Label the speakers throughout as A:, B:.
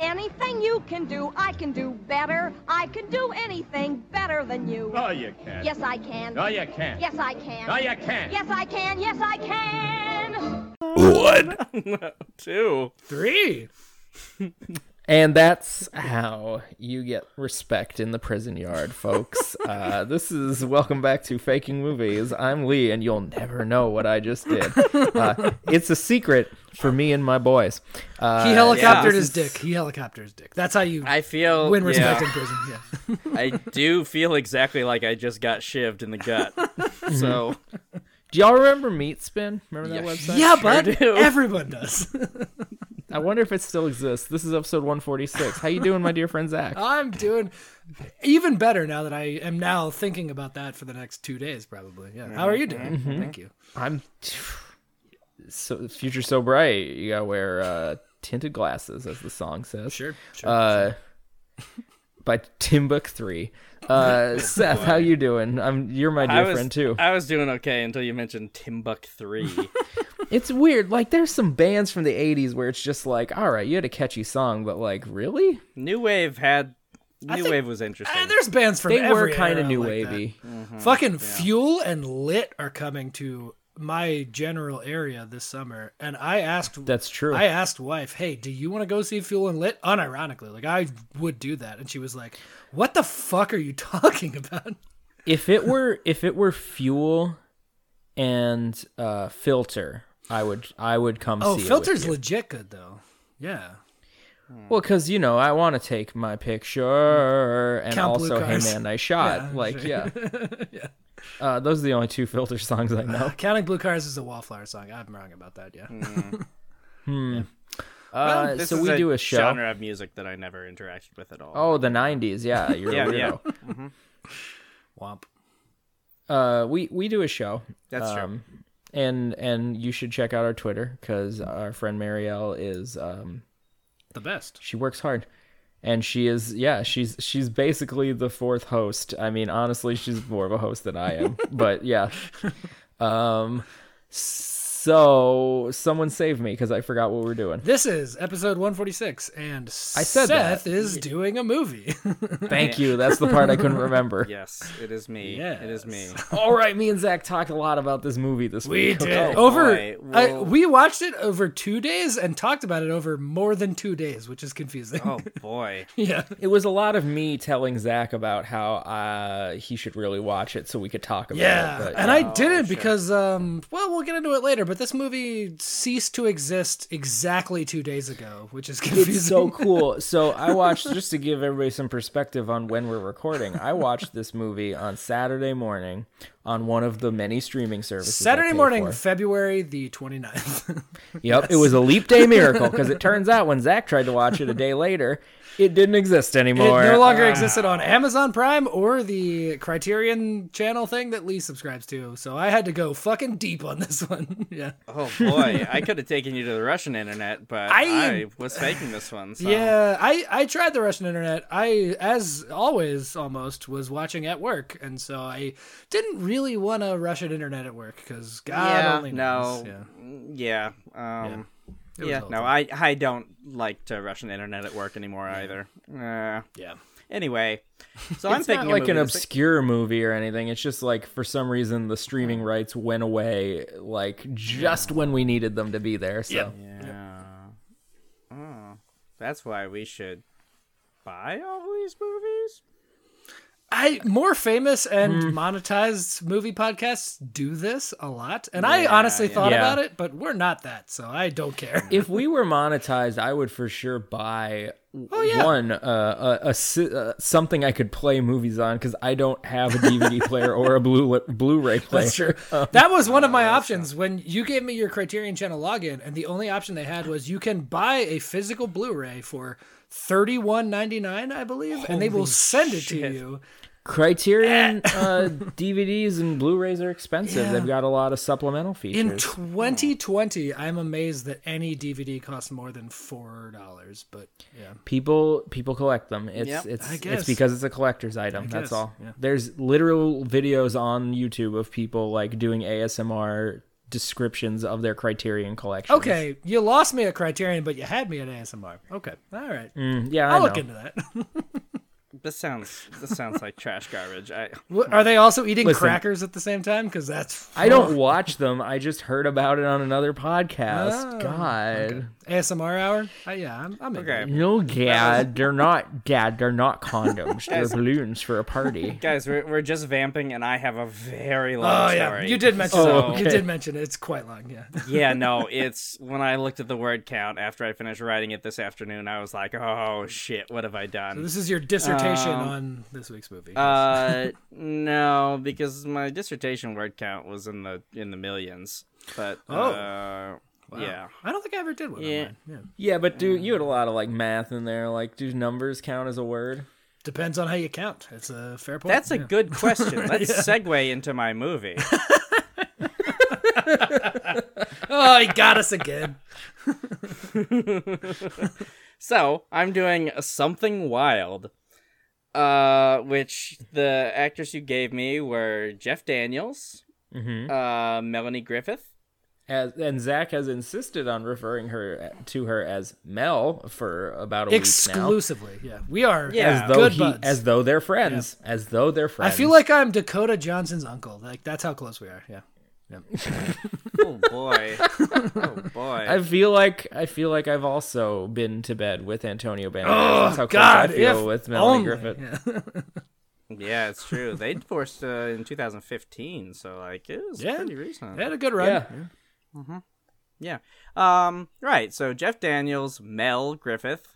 A: Anything you can do, I can do better. I can do anything better than you.
B: No, you can't.
A: Yes, I can.
B: No, you can't.
A: Yes, I can.
B: No, you can't.
A: Yes, I can. Yes, I can.
C: What?
D: Two.
E: Three.
F: And that's how you get respect in the prison yard, folks. uh, this is Welcome Back to Faking Movies. I'm Lee, and you'll never know what I just did. Uh, it's a secret for me and my boys. Uh,
E: He helicoptered
D: yeah, this
E: his dick. He helicoptered his dick. That's how you
D: I feel.
E: win
D: yeah.
E: respect in prison. Yeah.
D: I do feel exactly like I just got shivved in the gut. So
F: do y'all remember Meat Spin? Remember that
D: Yeah,
F: website?
E: yeah,
D: sure
E: bud.
D: do.
E: Everyone does.
F: I wonder if it still exists. This is episode 146. How you doing, my dear friend Zach?
E: I'm doing even better now that I am now thinking about that for the next two days, probably. Yeah. How are you doing? Thank you.
F: I'm so future so bright. You gotta wear uh, tinted glasses, as the song says.
E: Sure. Sure.
F: Uh, by Timbuk Three. Uh, Seth, how you doing? I'm you're my dear
D: I was
F: friend too.
D: I was doing okay until you mentioned Timbuk Three.
F: it's weird. Like there's some bands from the '80s where it's just like, all right, you had a catchy song, but like, really?
D: New Wave had. New
E: think-
D: Wave was interesting.
E: Uh, there's bands from
F: They were
E: every
F: kind of
E: era
F: new
E: like
F: wavy.
E: that. Fucking Fuel and Lit are coming to my general area this summer, and I asked.
F: That's true.
E: I asked wife, "Hey, do you want to go see Fuel and Lit?" Unironically, like I would do that, and she was like, "What the fuck are you talking about?"
F: if it were if it were fuel and uh, filter, I would I would come see.
E: Oh,
F: it with
E: filter's
F: you.
E: legit good though. Yeah,
F: Well, because you know, I want to take my picture, and
E: Count blue
F: also, hey
E: cars.
F: man, nice shot. like, yeah, Uh, those are the only two filter songs I know.
E: Uh, Counting Blue Cars is a Wallflower song. I'm wrong about that. Yeah,
F: Uh,
D: This
F: so
D: is
F: we do a show.
D: genre of music that I never interacted with at all.
F: Oh, the '90s, yeah, you're
D: Yeah,
F: a weirdo.
E: Womp.
F: Uh, we we do a show,
D: that's
F: um, and and you should check out our Twitter because our friend Marielle is um,
E: The best.
F: she works hard. And she is, yeah, she's she's basically the fourth host. I mean, honestly, she's more of a host than I am, but yeah. Um, so someone save me because I forgot what we're doing.
E: This is episode 146, and I
F: said that.
E: Seth is doing a movie.
F: Thank you. That's the part I couldn't remember.
D: true. Yes, it is me. It is me.
F: All right, me and Zach talked a lot about this movie this week.
E: over,
D: boy.
E: I,
D: Well-
E: we watched it over two days and talked about it over more than two days, which is confusing.
D: Oh boy.
E: yeah,
F: It was a lot of me telling Zach about how uh, he should really watch it so we could talk about
E: yeah,
F: it. but- oh,
E: and I did it because, um, well, we'll get into it later. But this movie ceased to exist exactly two days ago, which is confusing.
F: It's so cool. So I watched just to give everybody some perspective on when we're recording. I watched this movie on Saturday morning on one of the many streaming services. I
E: Saturday
F: pay
E: morning,
F: for.
E: February the 29th.
F: Yep, it was a leap day miracle because it turns out when Zach tried to watch it a day later, it didn't exist
E: it
F: anymore.
E: no longer existed on Amazon Prime or the Criterion Channel thing that Lee subscribes to. So I had to go fucking deep on this one. yeah.
D: Oh boy. I could have taken you to the Russian internet, but
E: I-
D: I, was faking this one. So.
E: Yeah, I, I tried the Russian internet. I, as always, almost was watching at work, and so I didn't really want a Russian internet at work because God
D: Yeah,
E: only knows.
D: no.
E: Yeah.
D: Yeah. Um, yeah.
E: was awful.
D: no, I, I don't like to Russian internet at work anymore either. Uh,
E: yeah.
D: anyway, so I'm
F: It's not
D: thinking
F: like an obscure movie or anything. It's just like for some reason the streaming rights went away, like just when we needed them to be there. So
D: Yeah. Oh, that's why we should buy all these movies.
E: I more famous and
D: Mm.
E: monetized movie podcasts do this a lot, and I
D: Yeah,
E: honestly
D: yeah.
E: thought
F: Yeah.
E: about it, but we're not that, so I don't care.
F: if we were monetized, I would for sure buy
E: yeah.
F: one uh, a, a si- uh, something I could play movies on because I don't have a DVD player or a blue Blu-ray player.
E: That's true.
F: um,
E: that was one of my
F: uh,
E: options when you gave me your Criterion Channel login, and the only option they had was you can buy a physical Blu-ray for thirty-one ninety-nine, I believe, and they will send it to you
F: Criterion uh, DVDs and Blu-rays are expensive.
E: Yeah.
F: They've got a lot of supplemental features.
E: In 2020, I'm amazed that any DVD costs more than four dollars. But yeah,
F: people people collect them. It's
D: Yep.
F: it's
E: I
F: it's
E: guess.
F: because it's a collector's item. That's
E: guess,
F: all.
E: yeah.
F: There's literal videos on YouTube of people like doing ASMR descriptions of their Criterion collection.
E: okay, you lost me at Criterion, but you had me at ASMR. Okay, all right,
F: Yeah, Mm, I
E: I'll look
F: know.
E: into that.
D: This sounds this sounds like trash garbage. I
E: What- Are they also eating
F: Listen.
E: crackers at the same time? Because that's
F: I don't watch them. I just heard about it on another podcast.
E: Oh,
F: God.
E: ASMR hour. Uh, yeah, I'm. I'm in.
D: okay,
F: No, Dad, they're not. Dad, they're not condoms. They're balloons for a party.
D: guys, we're, we're just vamping, and I have a very long
E: Oh yeah,
D: story.
E: you did mention.
F: So-
E: that.
F: okay.
E: You did mention it. It's quite long. Yeah.
D: yeah, no, it's when I looked at the word count after I finished writing it this afternoon, I was like, oh shit, what have I done?
E: This is your dissertation
F: Um,
E: on this week's movie.
D: Uh, no, because my dissertation word count was in the in the millions. But oh, uh, yeah,
E: I don't think I ever did one.
D: Yeah.
E: Yeah. yeah.
F: Yeah, but dude, you had a lot of like math in there. Like, do numbers count as a word?
E: Depends on how you count. It's a fair point.
D: that's a
E: yeah.
D: good question. Let's segue into my movie.
E: Oh, he got us again.
D: So I'm doing something wild, uh, which the actors you gave me were Jeff Daniels,
E: Mm-hmm.
D: uh, Melanie Griffith.
F: As and Zach has insisted on referring her to her as Mel for about a week
E: Exclusively. Yeah. We are
D: Yeah.
F: now.
D: As
F: Though
E: good
F: he,
E: buds.
F: as though they're friends, as though they're
E: I
F: friends.
E: feel like I'm Dakota Johnson's uncle. Like that's how close we are. Yeah.
D: Oh boy! oh boy!
F: I feel like I feel like I've also been to bed with Antonio Banderas. That's how close
E: Oh God!
F: I feel
E: if
F: with Melanie
E: only.
F: Griffith.
E: Yeah.
D: Yeah, it's true. They divorced uh, in 2015, so like it was
E: Yeah.
D: pretty recent.
E: They had a good run.
F: Yeah.
D: Yeah. Um. Right. So Jeff Daniels, Mel Griffith,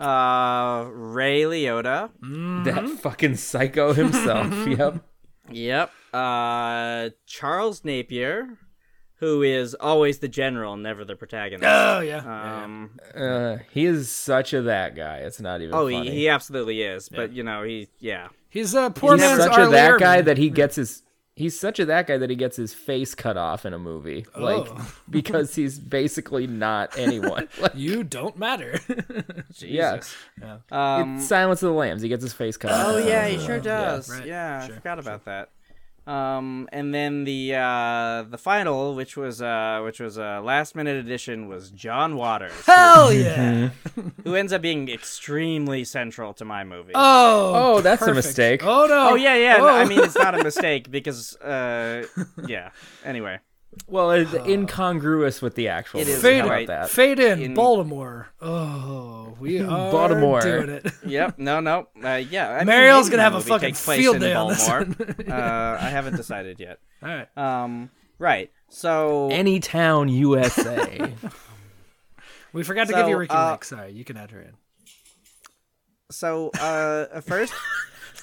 D: uh, Ray Liotta.
E: Mm-hmm.
F: That fucking psycho himself. yep.
D: Yep. Uh, Charles Napier, who is always the general, never the protagonist.
E: Oh yeah. Yeah, yeah.
D: Um.
F: Uh, he is such a that guy. It's not even.
D: Oh,
F: funny.
D: he, he absolutely is. But you know, he yeah.
E: He's a poor
F: he's
E: man's
F: such a
E: Arlie
F: that
E: Ermey.
F: guy that he gets his he's such a that guy that he gets his face cut off in a movie like
E: Oh.
F: because he's basically not anyone like,
E: You don't matter.
F: yeah
D: Jesus.
E: Yeah.
D: Um,
F: it's silence of the lambs he gets his face cut off
D: Oh
F: in a
D: yeah,
F: movie.
D: he sure does. Yeah,
E: right,
D: I
E: sure,
D: forgot about that. Um, and then the uh, the final, which was uh, which was a last minute edition, was John Waters,
E: Hell yeah.
D: who ends up being extremely central to my movie.
E: Oh.
F: Oh, that's a
E: perfect.
F: mistake.
E: Oh no.
D: Oh, yeah, yeah. no,
E: Oh.
D: I mean, it's not a mistake because, uh, yeah. Anyway,
F: well it's incongruous with the actual
D: It
F: movie.
D: is,
F: How about
D: right.
F: that
E: Fade in,
D: In-
E: Baltimore. Oh, we are
F: Baltimore.
E: doing it.
D: yep. No, no. Uh, yeah. I mean,
E: Mariel's
D: maybe
E: gonna
D: my
E: have a
D: movie
E: fucking
D: takes place
E: field
D: in
E: day on this
D: Baltimore. uh, I haven't decided yet.
E: All right.
D: Um, right. So
F: any town usa
E: We forgot to
D: So,
E: give you Ricky
D: uh,
E: Lake. Sorry, you can add her in.
D: so uh, at first,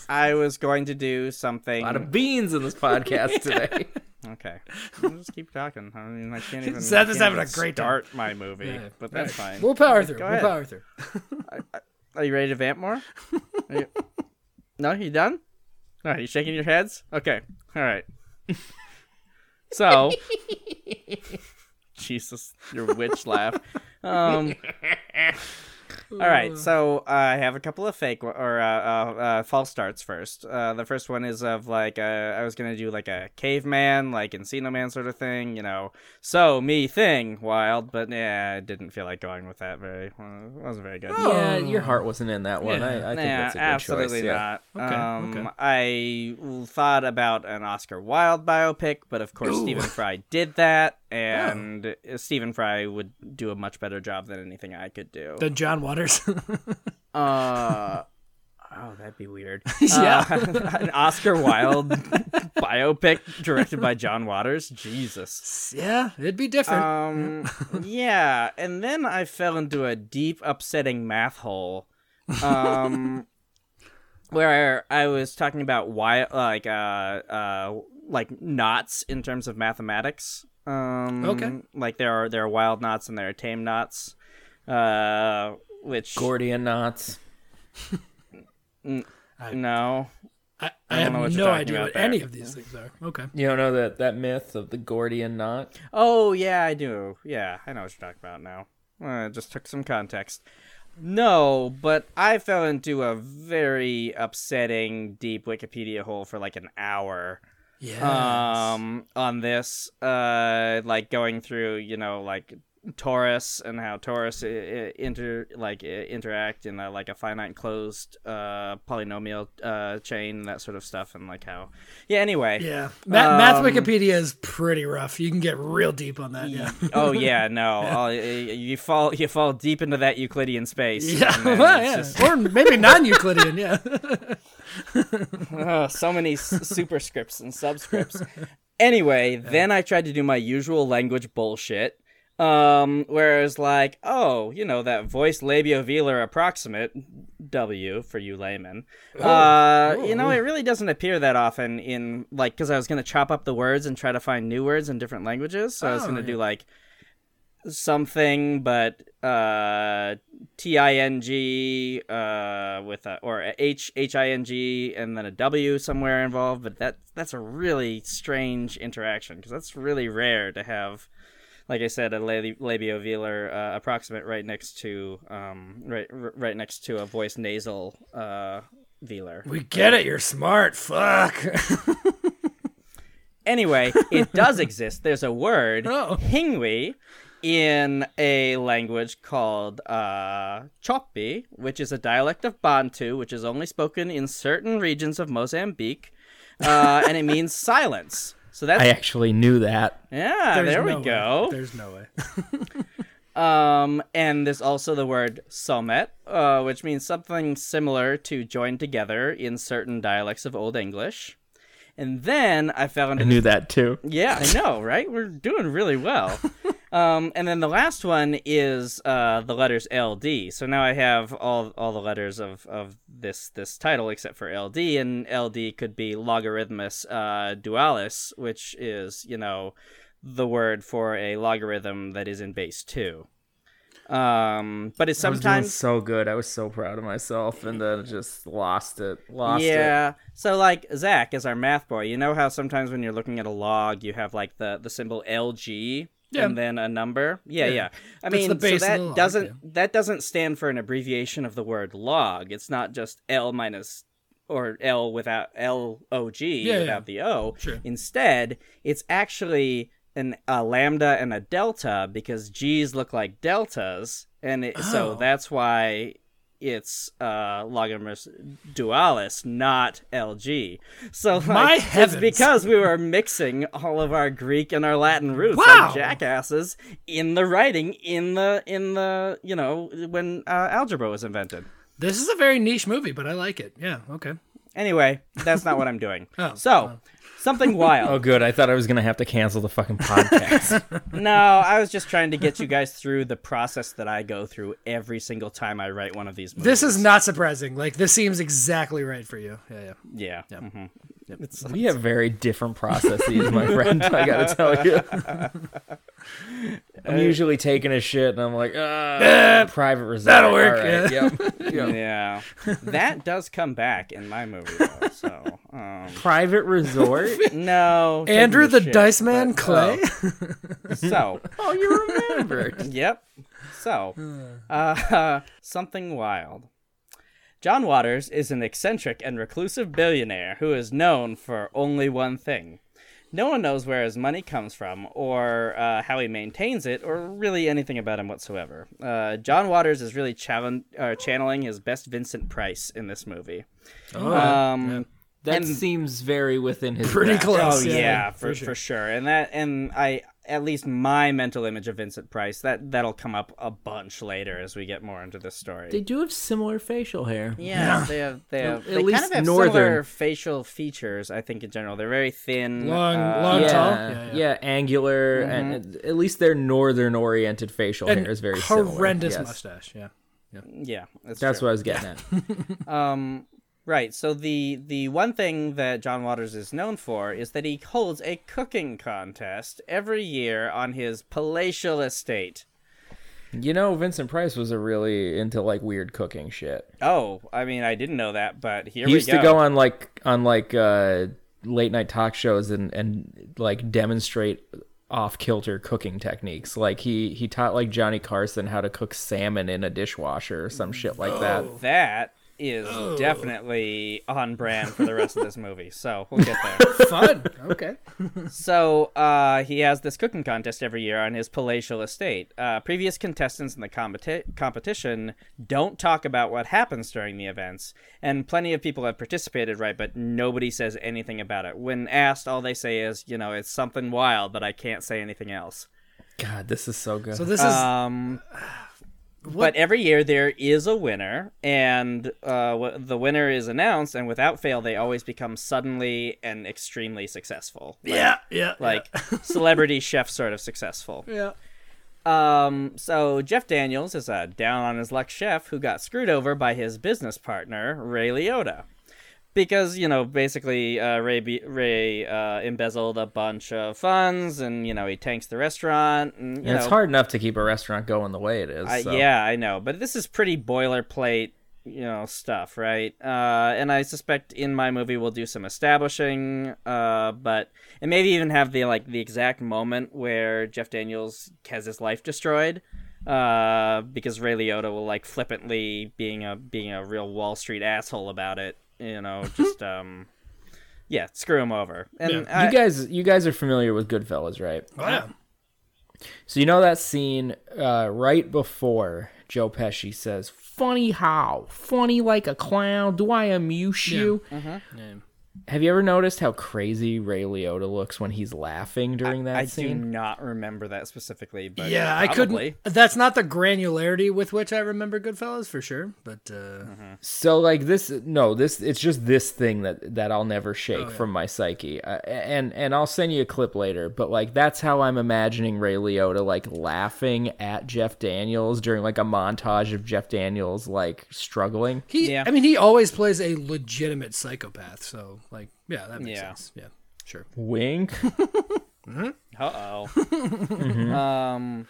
D: I was going to do something.
F: a lot of beans in this podcast today
D: Okay. I'll just keep talking. I mean, I can't even.
E: Seth
D: I
E: is
D: can't
E: having a
D: even
E: great time.
D: start my movie,
E: Yeah.
D: but that's fine.
E: We'll power through.
D: Go
E: we'll
D: ahead.
E: power through.
D: Are you ready to vamp more? Are you- No, you done? All right, you shaking your heads? Okay. All right. So, Jesus, your witch laugh. Um. All right, so uh, I have a couple of fake or uh, uh, uh, false starts first. Uh, the first one is of like uh, I was gonna do like a caveman, like Encino Man sort of thing, you know. So me thing wild, but yeah, I didn't feel like going with that very. Uh, it wasn't very good.
F: yeah your heart wasn't in that one i, I think
D: Yeah,
F: that's a good
D: absolutely
F: choice yeah.
D: not.
E: Okay,
D: um,
E: okay.
D: I thought about an Oscar Wilde biopic, but of course Stephen Fry did that,
F: Oh.
D: and Stephen Fry would do a much better job than anything I could do.
E: Then John Waters.
D: Uh, oh, that'd be weird.
E: Yeah.
D: Uh, an Oscar Wilde biopic directed by John Waters. Jesus.
E: yeah, it'd be different.
D: Um, yeah, and then I fell into a deep, upsetting math hole, um, where I was talking about why, like, uh, uh, like knots in terms of mathematics. Um,
E: Okay.
D: Like there are there are wild knots and there are tame knots, uh, which
F: gordian knots
D: no,
E: I,
D: I
E: I,
D: don't
E: have
D: know what you're
E: no
D: talking
E: idea
D: about
E: what
D: there.
E: any of these things are. Okay.
F: You don't know that that myth of the Gordian knot.
D: Oh yeah, I do. Yeah, I know what you're talking about now. Uh, it just took some context. No, but I fell into a very upsetting deep Wikipedia hole for like an hour.
E: Yeah.
D: Um, on this, uh, like going through, you know, like Taurus and how Taurus i- i- inter like i- interact in a, like a finite closed uh polynomial uh chain that sort of stuff and like how yeah anyway
E: yeah. Ma- math
D: um,
E: Wikipedia is pretty rough. You can get real deep on that. Yeah.
D: oh yeah, no, Oh, y- y- you fall you fall deep into that Euclidean space.
E: Yeah,
D: and then
E: well,
D: it's
E: yeah.
D: just-
E: or maybe non-Euclidean. Yeah,
D: oh, so many s- superscripts and subscripts. Anyway, then I tried to do my usual language bullshit. Um, whereas like, oh, you know that voice labiovelar approximate W for you laymen. Uh, you know it
E: Mm.
D: really doesn't appear that often in like because I was gonna chop up the words and try to find new words in different languages. So I was
E: Oh,
D: gonna
E: yeah.
D: do like something but uh T I N G uh with a or a H H I N G and then a W somewhere involved, but that that's a really strange interaction because that's really rare to have. Like I said, a labi- labiovelar uh, approximate right next to um right r- right next to a voice nasal uh velar.
E: we get it. You're smart. Fuck.
D: Anyway, it does exist. There's a word
E: Oh.
D: Hingwi in a language called uh, Chopi, which is a dialect of Bantu, which is only spoken in certain regions of Mozambique, uh, and it means silence. So that's
F: I actually knew that.
D: yeah.
E: There's
D: There we
E: no way.
D: go.
E: There's no way.
D: Um, and there's also the word somet, uh, which means something similar to join together in certain dialects of Old English. And then I fell into
F: I knew that too.
D: Yeah, I know, right? We're doing really well. um, and then the last one is uh, the letters LD. So now I have all all the letters of, of this this title except for LD, and LD could be logarithmus uh, dualis, which is you know the word for a logarithm that is in base two. Um, but it's
F: I was doing
D: sometimes
F: so good. I was so proud of myself, and then just lost it. Lost it.
D: yeah. So like Zach is our math boy. You know how sometimes when you're looking at a log, you have like the the symbol LG
E: Yeah.
D: and then a number. Yeah, yeah. I
E: That's
D: mean,
E: the base
D: so
E: of
D: that
E: the log,
D: doesn't
E: yeah.
D: that doesn't stand for an abbreviation of the word log. It's not just L minus or L without L O G
E: Yeah, yeah.
D: without the O.
E: Sure.
D: Instead, it's actually an a lambda and a delta because G's look like deltas, and it, so
E: Oh.
D: that's why it's uh logarithmus dualis, not LG. So like,
E: My
D: it's
E: heavens.
D: because we were mixing all of our Greek and our Latin roots
E: Wow.
D: like jackasses in the writing in the in the you know when uh, algebra was invented.
E: This is a very niche movie, but I like it. Yeah. Okay.
D: Anyway, that's not what I'm doing.
E: Oh,
D: so something wild.
F: Oh, good. I thought I was gonna have to cancel the fucking podcast.
D: No, I was just trying to get you guys through the process that I go through every single time I write one of these movies.
E: This is not surprising. Like this seems exactly right for you. Yeah. Yeah.
D: yeah. mhm.
F: we have very different processes, my friend. I gotta tell you. I'm usually taking a shit, and I'm like, uh, private resort.
E: that'll work,
F: All right, Yep. yep.
D: Yeah. that does come back in my movie though. So, um
F: Private resort.
D: no. taking
E: Andrew
D: a
E: the
D: shit,
E: Dice Man
D: but- oh,
E: Clay.
D: So,
F: oh, you remembered.
D: yep. So, uh, something wild. John Waters is an eccentric and reclusive billionaire who is known for only one thing. No one knows where his money comes from, or uh, how he maintains it, or really anything about him whatsoever. Uh, John Waters is really challen- uh, channeling his best Vincent Price in this movie. um,
F: That seems very within his
E: Pretty
F: grasp.
D: Oh
E: close.
D: yeah, for, for, sure. And that and I at least my mental image of Vincent Price that that'll come up a bunch later as we get more into this story.
F: They do have similar facial hair.
D: yeah, they have they have
F: At
D: they kind
F: least
D: of have
F: northern.
D: similar facial features. I think in general they're very thin,
E: Long-
D: uh,
E: long-
F: Yeah,
E: tall?
F: yeah,
E: Yeah, yeah.
F: angular, and at least their northern-oriented facial
E: Mm-hmm. And
F: hair is very similar,
E: horrendous
F: yes.
E: mustache. Yeah.
D: Yeah, that's,
F: That's
D: true.
F: what I was getting at.
D: Um, right. So the the one thing that John Waters is known for is that he holds a cooking contest every year on his palatial estate.
F: You know, Vincent Price was a really into like weird cooking shit.
D: Oh, I mean, I didn't know that, but here
F: He
D: we
F: used to go on like on like uh, late night talk shows and and like demonstrate off kilter cooking techniques. Like he he taught like Johnny Carson how to cook salmon in a dishwasher or some shit like that.
E: Oh.
D: That is definitely on brand for the rest of this movie. So we'll get there.
E: Fun. Okay.
D: so uh, he has this cooking contest every year on his palatial estate. Uh, previous contestants in the competi- competition don't talk about what happens during the events, and plenty of people have participated, right? But nobody says anything about it. When asked, all they say is, you know, it's something wild, but I can't say anything else.
F: God, this is so good.
E: So this is
D: Um, but every year there is a winner, and uh, w- the winner is announced, and without fail, they always become suddenly and extremely successful. Like,
E: yeah, yeah,
D: Like uh, celebrity chef sort of successful.
E: yeah.
D: Um,
E: Hmm.
D: so Jeff Daniels is a down on his luck chef who got screwed over by his business partner Ray Liotta, because you know basically uh, Ray be- Ray uh, embezzled a bunch of funds, and you know he tanks the restaurant. And, you
F: And it's
D: know,
F: hard enough to keep a restaurant going the way it is.
E: Uh,
D: I,
F: so.
D: Uh, Yeah, I know, but this is pretty boilerplate, you know, stuff, right? Uh, and I suspect in my movie we'll do some establishing, uh, but and maybe even have the like the exact moment where Jeff Daniels has his life destroyed, uh, because Ray Liotta will like flippantly being a being a real Wall Street asshole about it, you know, just um, yeah, screw him over, and I,
F: Mm-hmm. You guys, you guys are familiar with Goodfellas, right?
E: Wow.
F: So you know that scene uh, right before Joe Pesci says, "Funny how, funny like a clown. Do I amuse you?" Have you ever noticed how crazy Ray Liotta looks when he's laughing during that
D: I do
F: scene?
D: not remember that specifically, but
E: Yeah, I
D: probably.
E: couldn't. That's not the granularity with which I remember Goodfellas for sure, but uh,
D: Mm-hmm.
F: So like this, no, this it's just this thing that that I'll never shake from my psyche, uh, and and I'll send you a clip later. But like that's how I'm imagining Ray Liotta like laughing at Jeff Daniels during like a montage of Jeff Daniels like struggling.
E: he.
D: Yeah.
E: I mean, he always plays a legitimate psychopath. So, like, yeah, that makes
D: Yeah.
E: sense. Yeah, sure.
F: Wink.
D: Uh oh. um,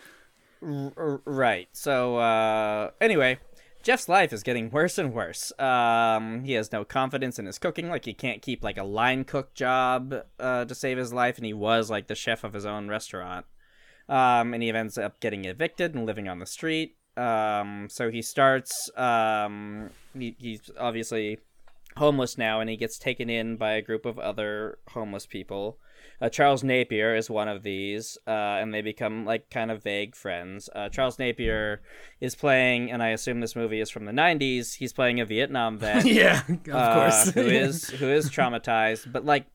D: r- r- right. So uh, anyway, Jeff's life is getting worse and worse. Um, he has no confidence in his cooking. Like he can't keep like a line cook job uh, to save his life, and he was like the chef of his own restaurant. Um, and he ends up getting evicted and living on the street. Um, so he starts. Um, he, he's obviously homeless now, and he gets taken in by a group of other homeless people. Uh, Charles Napier is one of these, uh, and they become like kind of vague friends. Uh, Charles Napier is playing, and I assume this movie is from the '90s. He's playing a Vietnam vet,
E: Yeah, of
D: uh,
E: course.
D: who is who is traumatized, but like,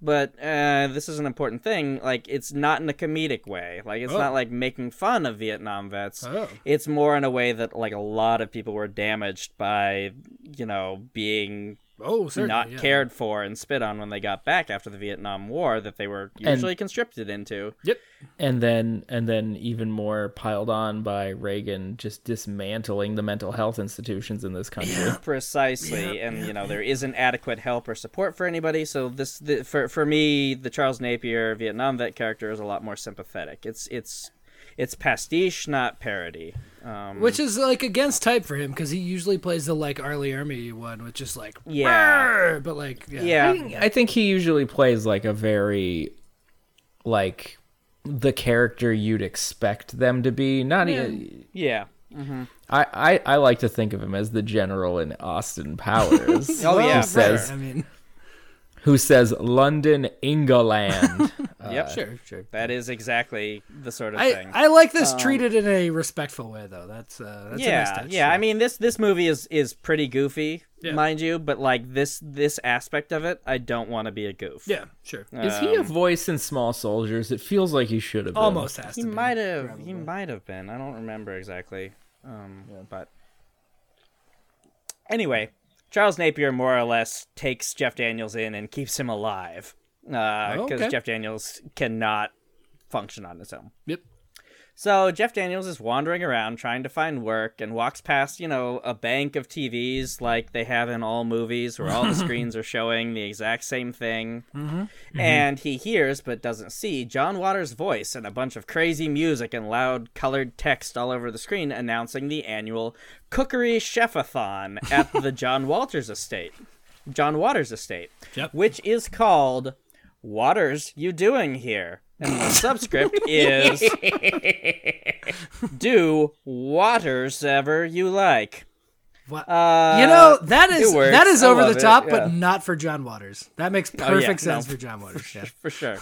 D: but uh, this is an important thing. Like, it's not in a comedic way. Like, it's
E: Oh.
D: not like making fun of Vietnam vets.
E: Oh.
D: It's more in a way that like a lot of people were damaged by, you know, being
E: oh, certainly,
D: not
E: yeah.
D: cared for and spit on when they got back after the Vietnam War that they were usually conscripted into.
E: Yep.
F: and then and then even more piled on by Reagan just dismantling the mental health institutions in this country.
D: Precisely, and you know there isn't adequate help or support for anybody. So this, the, for for me, the Charles Napier Vietnam vet character is a lot more sympathetic. It's it's it's pastiche, not parody. Um,
E: Which is like against type for him because he usually plays the like Arlie Army one, which is like
D: Yeah.
E: "Rrr," but like yeah,
D: yeah,
F: I think he usually plays like a very like the character you'd expect them to be. Not e
D: yeah. Oh,
F: I I I like to think of him as the general in Austin Powers.
D: Oh yeah,
E: Well,
D: for
F: says-
D: sure.
E: I mean,
F: Who says London, England?
D: Yep.
E: sure, sure.
D: That is exactly the sort of
E: I,
D: thing.
E: I like this treated in a respectful way though. That's uh, that's
D: Um, yeah,
E: a nice touch.
D: yeah. I mean, this this movie is is pretty goofy, mind you, but like this this aspect of it, I don't want to be a goof.
E: yeah, sure.
D: uh,
F: Is he a voice in Small Soldiers? It feels like he should have been.
E: Almost has
D: He
E: to be.
D: might have. He might have been. I don't remember exactly. Um, But anyway, Charles Napier more or less takes Jeff Daniels in and keeps him alive uh, because
E: Oh, Okay.
D: Jeff Daniels cannot function on his own.
E: Yep.
D: So Jeff Daniels is wandering around trying to find work and walks past, you know, a bank of TVs like they have in all movies where all the screens are showing the exact same thing. And he hears but doesn't see John Waters' voice and a bunch of crazy music and loud colored text all over the screen announcing the annual Cookery Chefathon at the John Walters estate. John Waters estate,
E: Yep.
D: which is called Waters You Doing Here? And the subscript is do waters ever you like.
E: What?
D: Uh,
E: you know that
D: it
E: is
D: works.
E: that is
D: I
E: over
D: love
E: the
D: it,
E: top,
D: yeah. Oh,
E: but not for John Waters. That makes perfect sense
D: no.
E: for John Waters. Yeah.
D: for sure.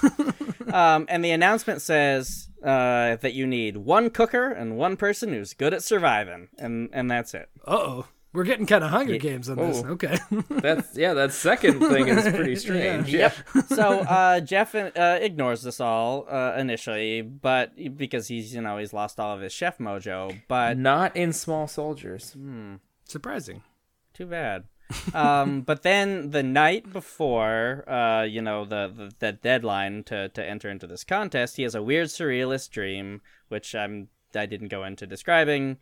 D: um, and the announcement says uh, that you need one cooker and one person who's good at surviving, and and that's it.
E: Uh oh, we're getting kind of Hunger Games on this.
F: Whoa.
E: Okay.
F: That's yeah. That second thing is pretty strange. Yeah.
D: so uh, Jeff uh, ignores this all uh, initially, but because he's you know he's lost all of his chef mojo, but
F: Uh, Not in Small Soldiers.
E: Surprising.
D: too bad. um, but then the night before, uh, you know, the, the the deadline to to enter into this contest, he has a weird surrealist dream, which I'm I didn't go into describing.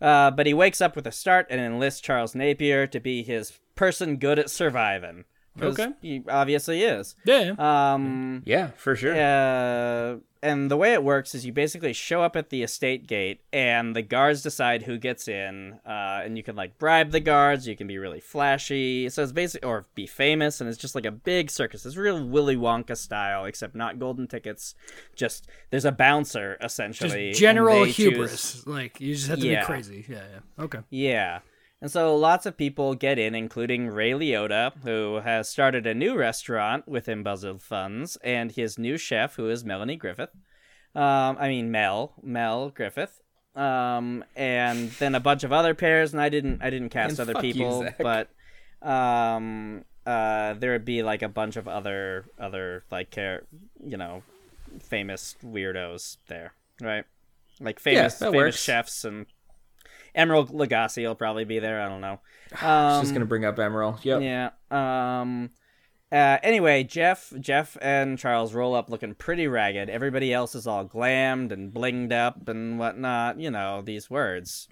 D: Uh, but he wakes up with a start and enlists Charles Napier to be his person good at surviving. 'Cause
E: Okay.
D: he obviously is.
E: Yeah.
D: Um,
F: Yeah, for sure.
D: uh, and the way it works is you basically show up at the estate gate, and the guards decide who gets in. Uh, and you can like bribe the guards. You can be really flashy. So it's basically or be famous, and it's just like a big circus. It's real Willy Wonka style, except not golden tickets. Just there's a bouncer
E: Just
D: essentially. and
E: general
D: they choose-
E: hubris. Like you just have to
D: Yeah.
E: be crazy. Yeah. Yeah. Okay.
D: yeah. And so lots of people get in, including Ray Liotta, who has started a new restaurant with Embezzled Funds, and his new chef, who is Melanie Griffith. Um, I mean Mel, Mel Griffith. Um, and then a bunch of other pairs, and I didn't, I didn't cast
F: And
D: other
F: fuck you,
D: people,
F: Zach.
D: but um, uh, there would be like a bunch of other, other like care, you know, famous weirdos there, right? Like famous,
F: that
D: famous
F: works.
D: chefs and Emerald Lagasse will probably be there. I don't know.
F: I was just gonna bring up Emerald. Yep.
D: um, Yeah. Um. Uh, anyway, Jeff, Jeff, and Charles roll up looking pretty ragged. Everybody else is all glammed and blinged up and whatnot. You know these words.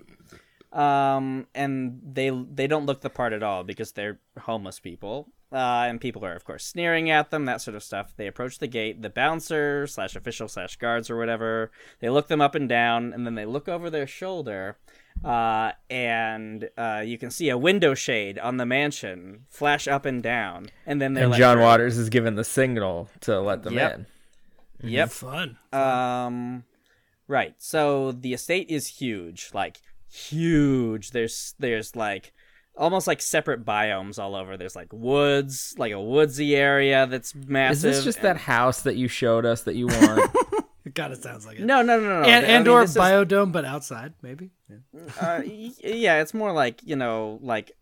D: Um, and they they don't look the part at all because they're homeless people. Uh, and people are of course sneering at them, that sort of stuff. They approach the gate. The bouncer slash official slash guards or whatever. They look them up and down, and then they look over their shoulder uh, and uh, you can see a window shade on the mansion flash up and down, and then they're
F: And
D: like,
F: John Waters is given the signal to let them
D: Yep.
F: in.
D: "Yep,
E: Fun.
D: um, right." So the estate is huge, like huge. There's there's like almost like separate biomes all over. There's like woods, like a woodsy area that's
F: Is
D: massive.
F: this just
D: and-
F: that house that you showed us that you want?
E: It kind of sounds like it.
D: No, no, no, no. I
E: and
D: mean,
E: and or
D: this is-
E: biodome, but outside maybe. Yeah.
D: uh, y- yeah, it's more like you know, like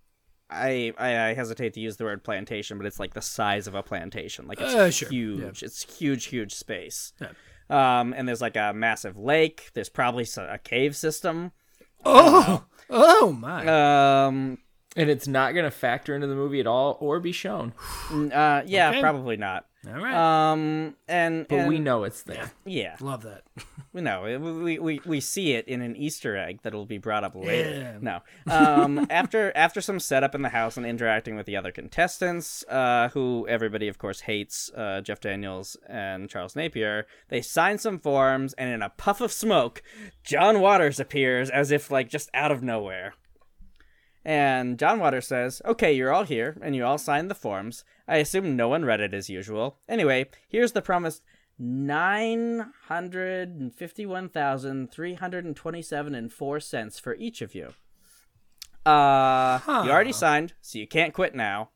D: I, I I hesitate to use the word plantation, but it's like the size of a plantation. Like it's
E: Uh, sure, yeah.
D: huge. It's huge, huge space.
E: Yeah.
D: Um, and there's like a massive lake. There's probably s- a cave system.
E: Oh.
D: Uh,
E: Oh my.
D: Um,
F: and it's not gonna factor into the movie at all or be shown.
D: n- uh, yeah,
E: Okay.
D: probably not.
E: All right.
D: Um, and
F: But we
D: and-
F: know it's there.
D: yeah,
E: Love that.
D: we know it- we, we we see it in an Easter egg that'll be brought up later.
E: Yeah.
D: No, um, after after some setup in the house and interacting with the other contestants, uh, who everybody of course hates, uh, Jeff Daniels and Charles Napier, they sign some forms, and in a puff of smoke, John Waters appears as if like just out of nowhere. And John Waters says, Okay, you're all here, and you all signed the forms. I assume no one read it as usual. Anyway, here's the promised 951,327 and 4 cents for each of you. Uh, You already signed, so you can't quit now.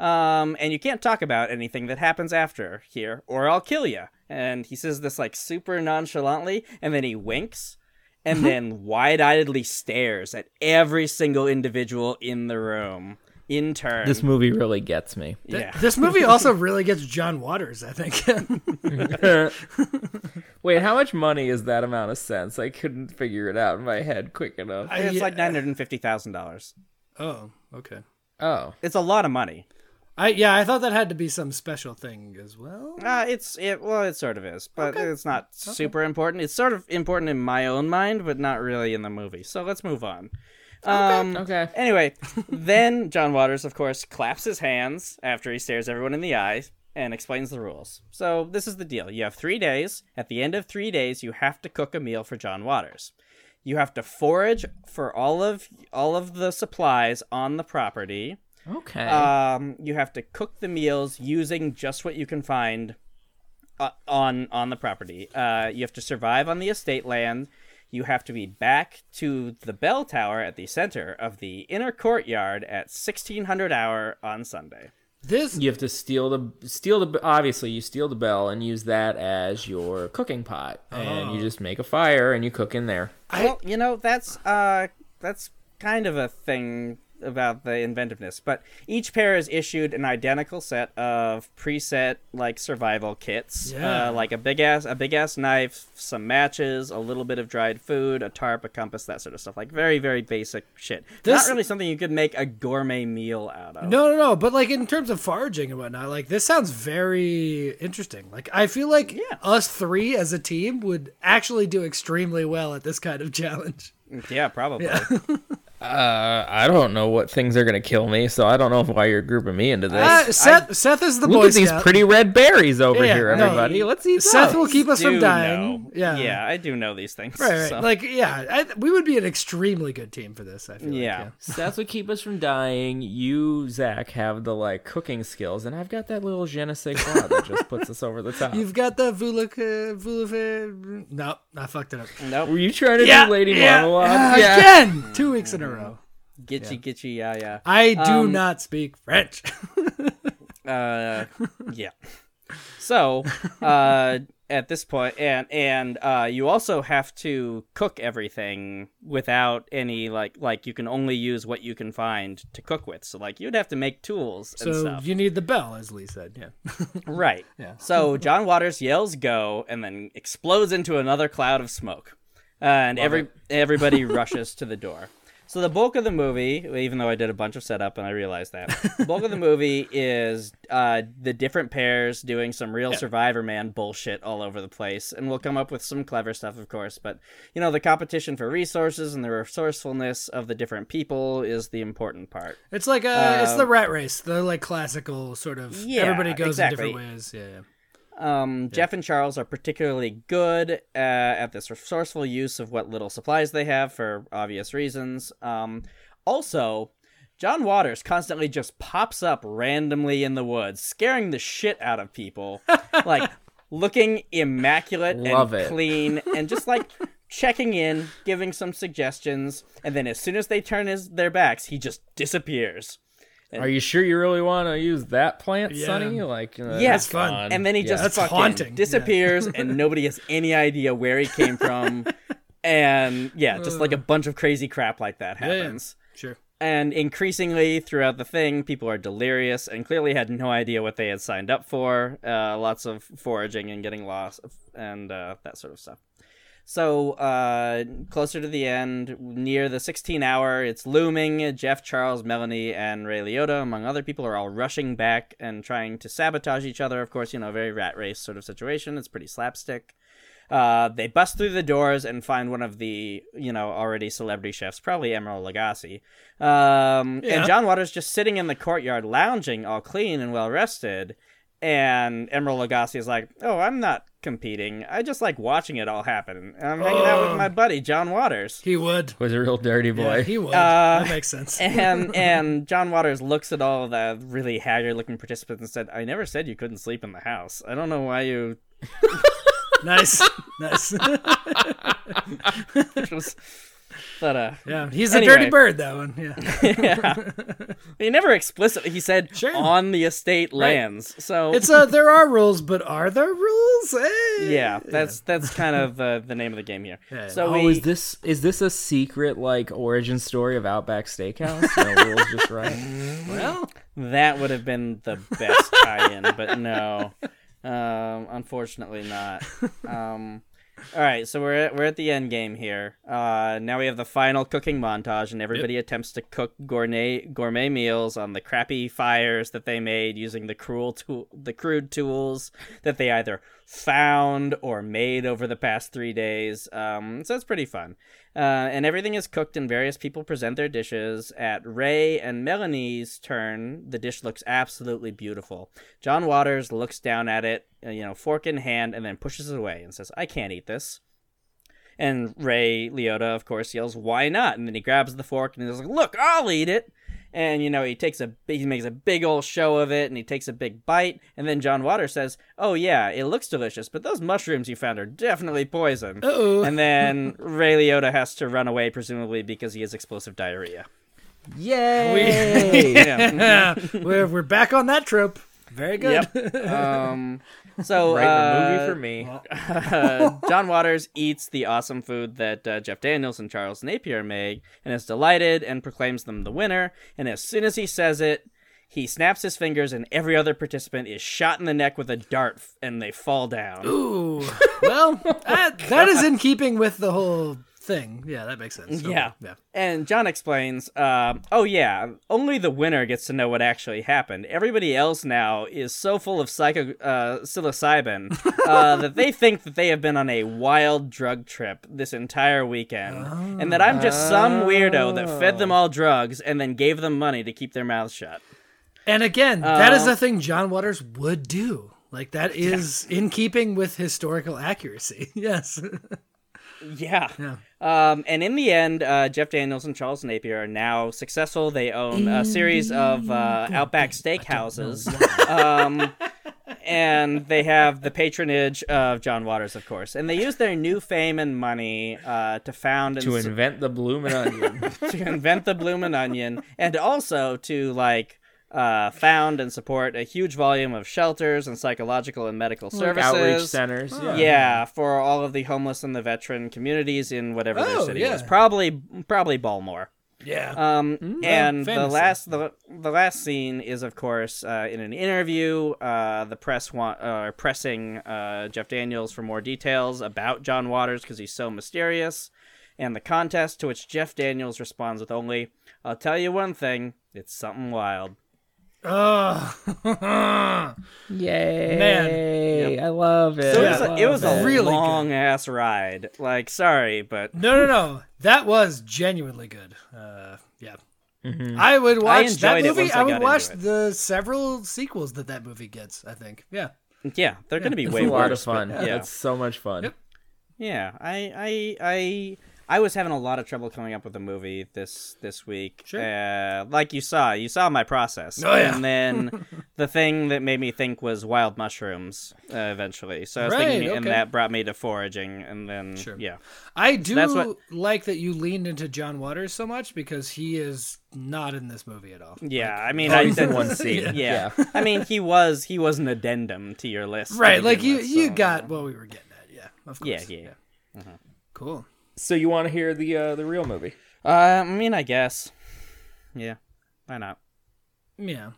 D: Um, and you can't talk about anything that happens after here, or I'll kill you. And he says this like super nonchalantly, and then he winks and then wide-eyedly stares at every single individual in the room in turn.
F: This movie really gets me.
D: yeah.
E: This movie also really gets John Waters, I think.
F: Wait, how much money is that amount of cents? I couldn't figure it out in my head quick enough.
D: it's like nine hundred and fifty thousand dollars.
E: oh, okay.
F: Oh,
D: It's a lot of money.
E: I yeah, I thought that had to be some special thing as well.
D: Uh, it's it well, it sort of is, but it's not super important. It's sort of important in my own mind, but not really in the movie. So let's move on. Um,
F: Okay.
D: Anyway, then John Waters, of course, claps his hands after he stares everyone in the eye and explains the rules. So this is the deal: you have three days. At the end of three days, you have to cook a meal for John Waters. You have to forage for all of all of the supplies on the property.
F: Okay.
D: Um, you have to cook the meals using just what you can find uh, on on the property. Uh, you have to survive on the estate land. You have to be back to the bell tower at the center of the inner courtyard at sixteen hundred hour on Sunday.
E: This
F: you have to steal the steal the obviously you steal the bell and use that as your cooking pot and you just make a fire and you cook in there.
E: I-
D: well, you know that's uh that's kind of a thing about the inventiveness, but each pair is issued an identical set of preset like survival kits,
E: Yeah.
D: uh, like a big ass a big ass knife, some matches, a little bit of dried food, a tarp, a compass, that sort of stuff. Like very very basic shit.
E: This-
D: Not really something you could make a gourmet meal out of.
E: No, no, no. But like in terms of foraging and whatnot, like this sounds very interesting. Like I feel like us three as a team would actually do extremely well at this kind of challenge.
D: Yeah, probably.
F: Uh, I don't know what things are gonna kill me, so I don't know why you're grouping me into this.
E: Uh, Seth, Seth is the
F: Look
E: boy
F: at these
E: scout.
F: pretty red berries over
E: Yeah,
F: here,
E: no.
F: everybody. Let's eat
E: Seth
F: those.
E: will keep us
D: Do
E: from dying.
D: know.
E: Yeah,
D: yeah, I do know these things.
E: right, right.
D: so-
E: Like yeah, I, we would be an extremely good team for this. I feel like,
D: yeah.
F: Seth would keep us from dying. You, Zach, have the like cooking skills, and I've got that little je ne sais quoi that just puts us over the top.
E: You've got the Vuluk, uh, Vuluk. No, I fucked it up.
D: Nope.
F: Were you trying to do Lady Marmalade?
E: Ah,
F: Yeah.
E: Again, two weeks in a row.
D: Gitchy gitchy yeah yeah.
E: I do
D: Um,
E: not speak French.
D: uh, yeah. So, uh, at this point, and and uh, you also have to cook everything without any like like you can only use what you can find to cook with. So like you'd have to make tools and
E: so
D: stuff.
E: you need the bell, as Lee said. Yeah.
D: Right.
E: Yeah.
D: So John Waters yells "Go!" and then explodes into another cloud of smoke, Uh, and every everybody rushes to the door. So the bulk of the movie, even though I did a bunch of setup and I realized that, the bulk of the movie is uh, the different pairs doing some real Survivor Man bullshit all over the place, and we'll come up with some clever stuff, of course. But you know, the competition for resources and the resourcefulness of the different people is the important part.
E: It's like a, it's the rat race, the like classical sort of.
D: Um, Yeah,
E: everybody goes
D: exactly.
E: in different ways. Yeah, yeah.
D: Um, Jeff and Charles are particularly good uh, at this resourceful use of what little supplies they have for obvious reasons. Um, also, John Waters constantly just pops up randomly in the woods, scaring the shit out of people. like, looking immaculate
F: Love
D: and
F: it.
D: clean and just like checking in, giving some suggestions, and then as soon as they turn his, their backs, he just disappears.
F: Are you sure you really want to use that plant,
E: Yeah.
F: Sonny? Like, uh,
D: Yeah,
F: that's
D: it's
E: fun.
F: gone.
D: and then he
F: Yeah.
D: just
E: That's
D: fucking
E: haunting.
D: disappears and nobody has any idea where he came from and yeah just like a bunch of crazy crap like that
E: yeah.
D: happens
E: Sure.
D: and increasingly throughout the thing people are delirious and clearly had no idea what they had signed up for uh, lots of foraging and getting lost and uh, that sort of stuff so uh, closer to the end, near the 16 hour, it's looming. Jeff, Charles, Melanie, and Ray Liotta, among other people, are all rushing back and trying to sabotage each other. Of course, you know, very rat race sort of situation. It's pretty slapstick. Uh, they bust through the doors and find one of the, you know, already celebrity chefs, probably Emerald Lagasse. Um,
E: Yeah.
D: And John Waters just sitting in the courtyard, lounging, all clean and well rested. And Emerald Lagasse is like, "Oh, I'm not competing. I just like watching it all happen. And I'm hanging out with
E: Oh.
D: my buddy John Waters."
E: He would.
F: was a real dirty boy.
E: Yeah, he would.
D: Uh,
E: that makes sense.
D: and and John Waters looks at all the really haggard looking participants and said, "I never said you couldn't sleep in the house. I don't know why you."
E: nice, nice.
D: Just... But uh,
E: yeah, he's a
D: Anyway.
E: dirty bird. That one. Yeah.
D: yeah. he never explicitly he said
E: Sure.
D: on the estate lands. So
E: It's a there are rules, but are there rules? Eh.
D: yeah, that's that's kind of uh, the name of the game here.
E: Yeah.
D: So
F: Oh,
D: we,
F: is this is this a secret like origin story of Outback Steakhouse? No rules, just right.
E: Well,
D: That would have been the best tie-in, but no, um, unfortunately not. Um, All right, so we're at, we're at the end game here. Uh, now we have the final cooking montage, and everybody attempts to cook gourmet gourmet meals on the crappy fires that they made using the cruel tool, the crude tools that they either found or made over the past three days. Um, so it's pretty fun, uh, and everything is cooked, and various people present their dishes. At Ray and Melanie's turn, the dish looks absolutely beautiful. John Waters looks down at it, uh, you know, fork in hand, and then pushes it away and says, I can't eat this. And Ray Liotta, of course, yells, Why not? And then he grabs the fork and he's like, Look, I'll eat it. And, you know, he takes a he makes a big old show of it and he takes a big bite. And then John Waters says, Oh, yeah, it looks delicious, but those mushrooms you found are definitely poison.
E: Uh-oh.
D: And then Ray Liotta has to run away, presumably because he has explosive diarrhea.
F: Yay!
E: we're, we're back on that trope. Very good.
D: Yep. um, so
F: Write a
D: uh,
F: movie for me.
D: uh, John Waters eats the awesome food that uh, Jeff Daniels and Charles Napier make and is delighted and proclaims them the winner. And as soon as he says it, he snaps his fingers, and every other participant is shot in the neck with a dart f- and they fall down.
E: Ooh. Well, that, that is in keeping with the whole thing. Yeah, that makes sense. So,
D: Yeah.
E: Yeah.
D: And John explains, um, oh, yeah, only the winner gets to know what actually happened. Everybody else now is so full of psycho, uh, psilocybin uh, that they think that they have been on a wild drug trip this entire weekend. And that I'm just some weirdo that fed them all drugs and then gave them money to keep their mouths shut.
E: And again, that
D: Oh.
E: is a thing John Waters would do. Like that is in keeping with historical accuracy. Yes.
D: Yeah. Um, and in the end, uh, Jeff Daniels and Charles Napier are now successful. They own a series of uh, Outback steakhouses. um, and they have the patronage of John Waters, of course. And they use their new fame and money uh, to found and
F: to
D: su-
F: invent the bloomin' onion.
D: to invent the bloomin' onion and also to like uh, found and support a huge volume of shelters and psychological and medical services
F: Outreach centers. Yeah.
D: yeah, for all of the homeless and the veteran communities in whatever their
E: Oh,
D: city
E: yeah.
D: was. Probably probably Balmore.
E: Yeah.
D: Um, and the
E: fantasy.
D: last the, the last scene is of course uh, in an interview. Uh, the press want uh, pressing uh, Jeff Daniels for more details about John Waters because he's so mysterious, and the contest. To which Jeff Daniels responds with only, "I'll tell you one thing. It's something wild."
E: Uh, oh.
F: Yay!
E: Man.
F: I love it.
D: So
E: Yeah.
D: it was a, it was a
E: Really good.
D: long ass ride. Like, sorry, but
E: No, no, no. That was genuinely good. Uh, yeah. I would watch that
D: enjoyed it
E: movie.
D: once Mm-hmm. I
E: I
D: got
E: would
D: into
E: watch
D: it.
E: the several sequels that that movie gets, I think. Yeah.
D: yeah, they're going to be
F: it's
D: way
F: a lot
D: worse,
F: of fun.
D: but, yeah.
F: It's so much fun.
E: Yep.
D: Yeah, I, I, I, I was having a lot of trouble coming up with a movie this this week.
E: Sure.
D: Uh, like you saw, you saw my process.
E: Oh, yeah.
D: And then the thing that made me think was wild mushrooms. Uh, eventually, so I was
E: Right,
D: thinking, and
E: okay.
D: that brought me to foraging, and then
E: Sure.
D: yeah,
E: I do
D: that's what-
E: like that you leaned into John Waters so much because he is not in this movie at all.
D: yeah. I mean,
F: Oh,
D: I
F: he's in
D: that-
F: one scene.
D: Yeah.
F: Yeah.
D: I mean, he was he was an addendum to your list, to
E: Right, like
D: begin
E: you
D: with,
E: you
D: so-
E: got what we were getting at. Yeah. Of
D: Yeah,
E: course.
D: yeah.
E: Cool.
F: So you want to hear the uh, the real movie?
D: Uh, I mean, I guess. Yeah, why not?
E: Yeah.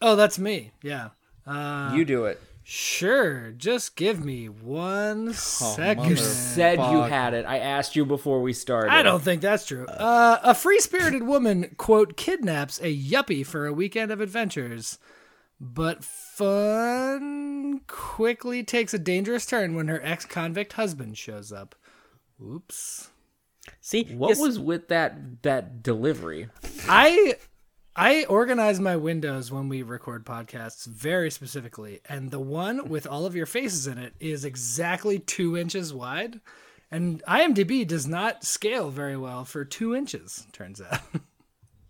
E: Oh, that's me. Yeah. Uh,
F: you do it.
E: sure. Just give me one second.
F: You said you had it. I asked you before we started.
E: uh, I don't think that's true. Uh, a free spirited woman, quote, kidnaps a yuppie for a weekend of adventures, but fun quickly takes a dangerous turn when her ex convict husband shows up. Oops.
D: See,
F: What
D: yes-
F: was with that that delivery?
E: I. I organize my windows when we record podcasts very specifically, and the one with all of your faces in it is exactly two inches wide, and IMDb does not scale very well for two inches. Turns out.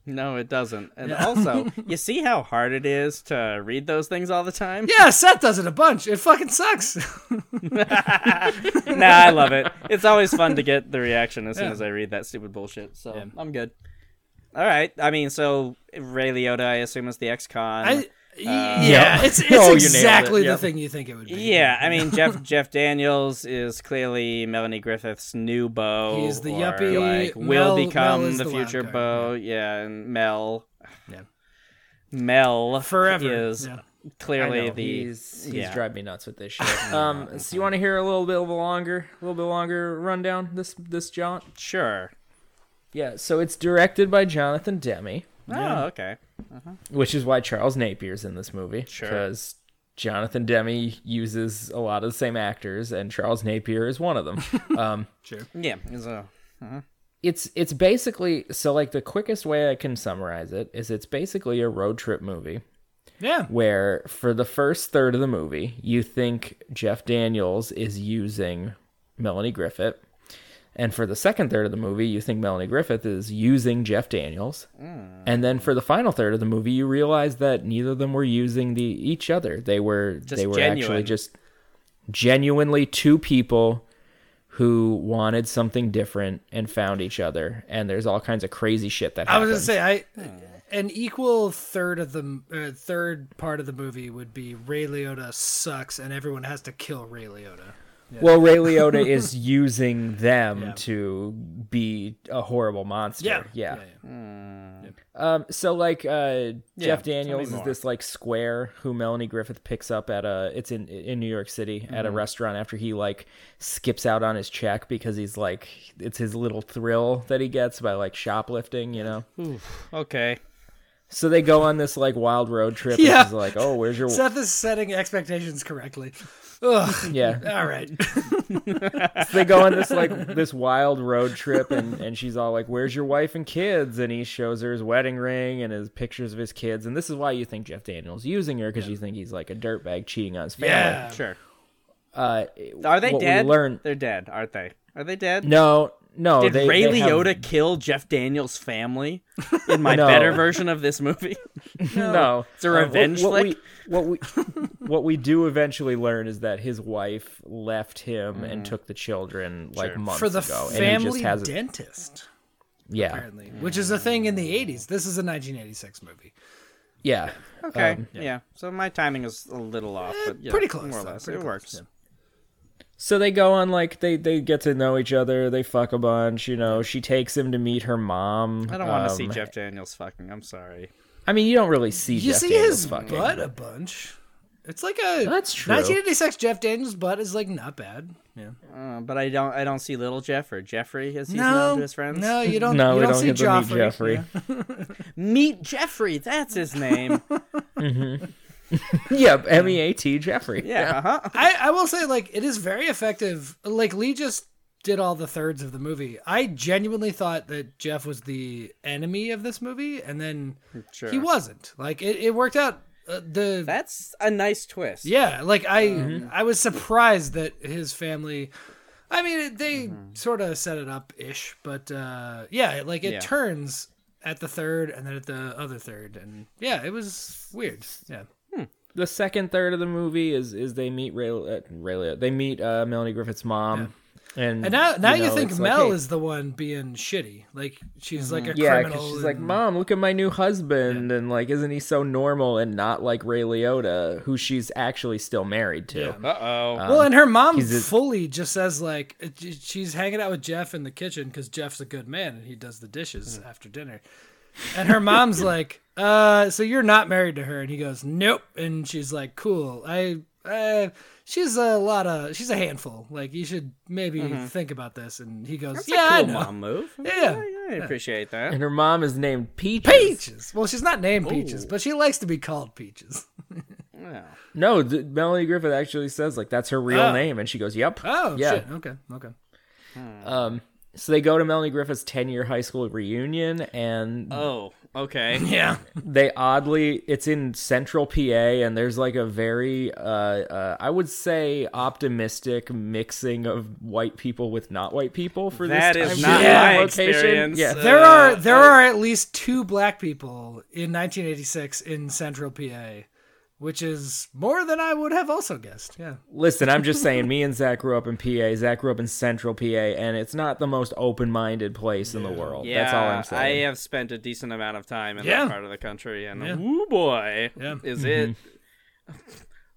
D: No, it doesn't. And also, you see how hard it is to read those things all the time?
E: Yeah, Seth does it a bunch. It fucking sucks.
D: Nah, I love it. It's always fun to get the reaction as soon as I read that stupid bullshit. So I'm good. All right. I mean, so Ray Liotta, I assume, is the ex-con.
E: I, yeah, it's it's
F: Uh, Oh, you nailed it.
E: exactly the
F: Yep.
E: thing you think it would be.
D: Yeah, I mean Jeff Jeff Daniels is clearly Melanie Griffith's new beau.
E: He's the
D: or,
E: yuppie.
D: Like,
E: Mel-
D: will
E: Mel
D: become
E: is
D: the,
E: the wild
D: future
E: card,
D: beau. Yeah. and Mel.
E: Yeah.
D: Mel
E: Forever,
D: is
E: yeah.
D: clearly
F: I know,
D: the
F: he's he's
D: yeah.
F: driving me nuts with this shit. um, so you want to hear a little bit of a longer, a little bit longer rundown this this jaunt?
D: Sure.
F: Yeah. So it's directed by Jonathan Demme,
D: Oh, okay.
F: which is why Charles Napier's in this movie. Sure. Because Jonathan Demme uses a lot of the same actors, and Charles Napier is one of them.
D: Yeah. it's uh, a-
F: it's it's basically so like the quickest way I can summarize it is it's basically a road trip movie.
E: Yeah.
F: where for the first third of the movie, you think Jeff Daniels is using Melanie Griffith. And for the second third of the movie, you think Melanie Griffith is using Jeff Daniels.
E: Hmm.
F: And then for the final third of the movie, you realize that neither of them were using the each other. They were they were actually
D: genuine.
F: just genuinely two people who wanted something different and found each other. And there's all kinds of crazy shit that
E: I was
F: happens.
E: gonna say I an equal third of the uh, third part of the movie would be Ray Liotta sucks and everyone has to kill Ray Liotta.
F: Well, Ray Liotta is using them to be a horrible monster. Yeah. Um, so like uh, Jeff Daniels is
D: more.
F: this like square who Melanie Griffith picks up at a it's in in New York City at a restaurant after he like skips out on his check because he's like it's his little thrill that he gets by like shoplifting, you know.
D: Okay.
F: So they go on this like wild road trip.
E: Yeah.
F: And he's like, oh, where's your
E: Seth is setting expectations correctly. Ugh.
F: yeah?
E: All right.
F: they go on this like this wild road trip and and she's all like where's your wife and kids and he shows her his wedding ring and his pictures of his kids and this is why you think jeff daniels using her because you think he's like a dirtbag cheating on his family
E: Yeah.
D: Sure.
F: uh
D: Are they
F: what we
D: dead?
F: learn-
D: They're dead, aren't they? Are they dead?
F: no no
D: Did
F: they,
D: Ray
F: they have-
D: Liotta kill Jeff Daniels' family in my
F: No.
D: better version of this movie?
F: no Uh,
D: It's a revenge
F: what,
D: flick?
F: what we what we what we do eventually learn is that his wife left him and
D: Mm.
F: took the children like months
E: For the
F: ago and he
E: family
F: just has
E: dentist,
F: yeah
E: apparently, which is a thing in the '80s. This is a 1986 movie.
F: Um, yeah
D: Okay. yeah. So my timing is a little off, but yeah,
E: pretty close,
D: More or
E: though,
D: less.
E: pretty
D: it
E: close,
D: works.
E: yeah.
F: So they go on like they they get to know each other. They fuck a bunch, you know. She takes him to meet her mom.
D: I don't want to see
F: Um,
D: Jeff Daniels fucking. I'm sorry.
F: I mean, you don't really see.
E: You
F: Jeff
E: see
F: Daniels
E: his
F: fucking.
E: butt a bunch. It's like a
F: That's true.
E: 1986 Jeff Daniels butt is like not bad. Yeah.
D: Uh, but I don't. I don't see little Jeff or Jeffrey as he's known
E: No,
D: to his friends.
E: no, you don't.
F: No, we
E: you don't,
F: don't
E: see
F: get to meet
E: Joffrey.
F: Jeffrey.
D: Meet Jeffrey. That's his name.
F: Yeah, M E A T Jeffrey.
D: yeah. Uh huh.
E: I, I will say, like, it is very effective. Like, Lee just did all the thirds of the movie. I genuinely thought that Jeff was the enemy of this movie, and then
D: Sure.
E: he wasn't. Like, it, it worked out. Uh, the
D: That's a nice twist.
E: yeah, like I I was surprised that his family. I mean, they
D: Mm-hmm.
E: sort of set it up ish, but uh, yeah, like it
D: Yeah.
E: turns at the third and then at the other third, and yeah, it was weird. Yeah,
F: The second third of the movie is is they meet Ray, uh, Ray Liotta- they meet uh, Melanie Griffith's mom, and
E: And now, now you,
F: know,
E: think
F: it's like,
E: Mel
F: hey- Mm-hmm.
E: is the one being shitty. Like she's like a
F: Yeah,
E: criminal.
F: because she's like,
E: and-
F: "Mom, look at my new husband," and like, "Isn't he so normal?" And not like Ray Liotta, who she's actually still married to.
D: Uh oh.
E: Well, and her mom
F: he's a-
E: fully just says like it- she's hanging out with Jeff in the kitchen because Jeff's a good man and he does the dishes
F: Mm.
E: after dinner. And her mom's like, "Uh, so you're not married to her?" And he goes, "Nope." And she's like, "Cool. I, uh, she's a lot of, she's a handful. Like you should maybe think about this." And he goes,
D: That's
E: "Yeah,
D: a
E: I
D: cool
E: know."
D: mom move.
E: Yeah.
D: I appreciate that.
F: And her mom is named Peaches.
E: Peaches. Well, she's not named Peaches, but she likes to be called Peaches.
D: Yeah.
F: No, th- Melanie Griffith actually says like that's her real name, and she goes, "Yep."
E: Oh,
F: yeah.
E: shit. Okay, okay.
F: Um, so they go to Melanie Griffith's ten-year high school reunion, and
D: Oh. Okay.
E: Yeah.
F: they oddly it's in Central PA, and there's like a very, uh, uh, I would say, optimistic mixing of white people with not white people for
D: That
F: this
D: is
F: time
D: not
F: period
D: my
F: and location.
D: experience.
F: Yeah.
E: There are there are at least two black people in 1986 in Central PA, which is more than I would have also guessed. Yeah.
F: Listen, I'm just saying, me and Zach grew up in PA. Zach grew up in Central PA, and it's not the most open-minded place in the world.
D: Yeah,
F: That's all I'm saying.
D: I have spent a decent amount of time in
E: Yeah.
D: that part of the country, and
E: Yeah.
D: woo boy,
E: Yeah.
D: is it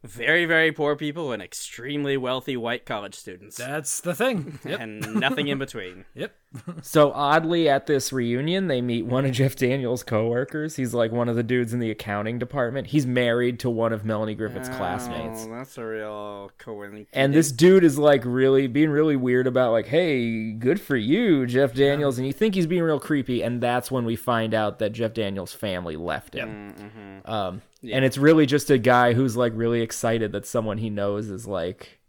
D: very, very poor people and extremely wealthy white college students,
E: That's the thing. Yep.
D: and nothing in between.
E: Yep.
F: So oddly, at this reunion, they meet one of Jeff Daniels' coworkers. He's like one of the dudes in the accounting department. He's married to one of Melanie Griffith's classmates.
D: Oh, that's a real coincidence.
F: And this dude is like really being really weird about like, hey, good for you, Jeff Daniels. And you think he's being real creepy, and that's when we find out that Jeff Daniels' family left him.
D: Mm-hmm.
F: Um, And it's really just a guy who's like really excited that someone he knows is like,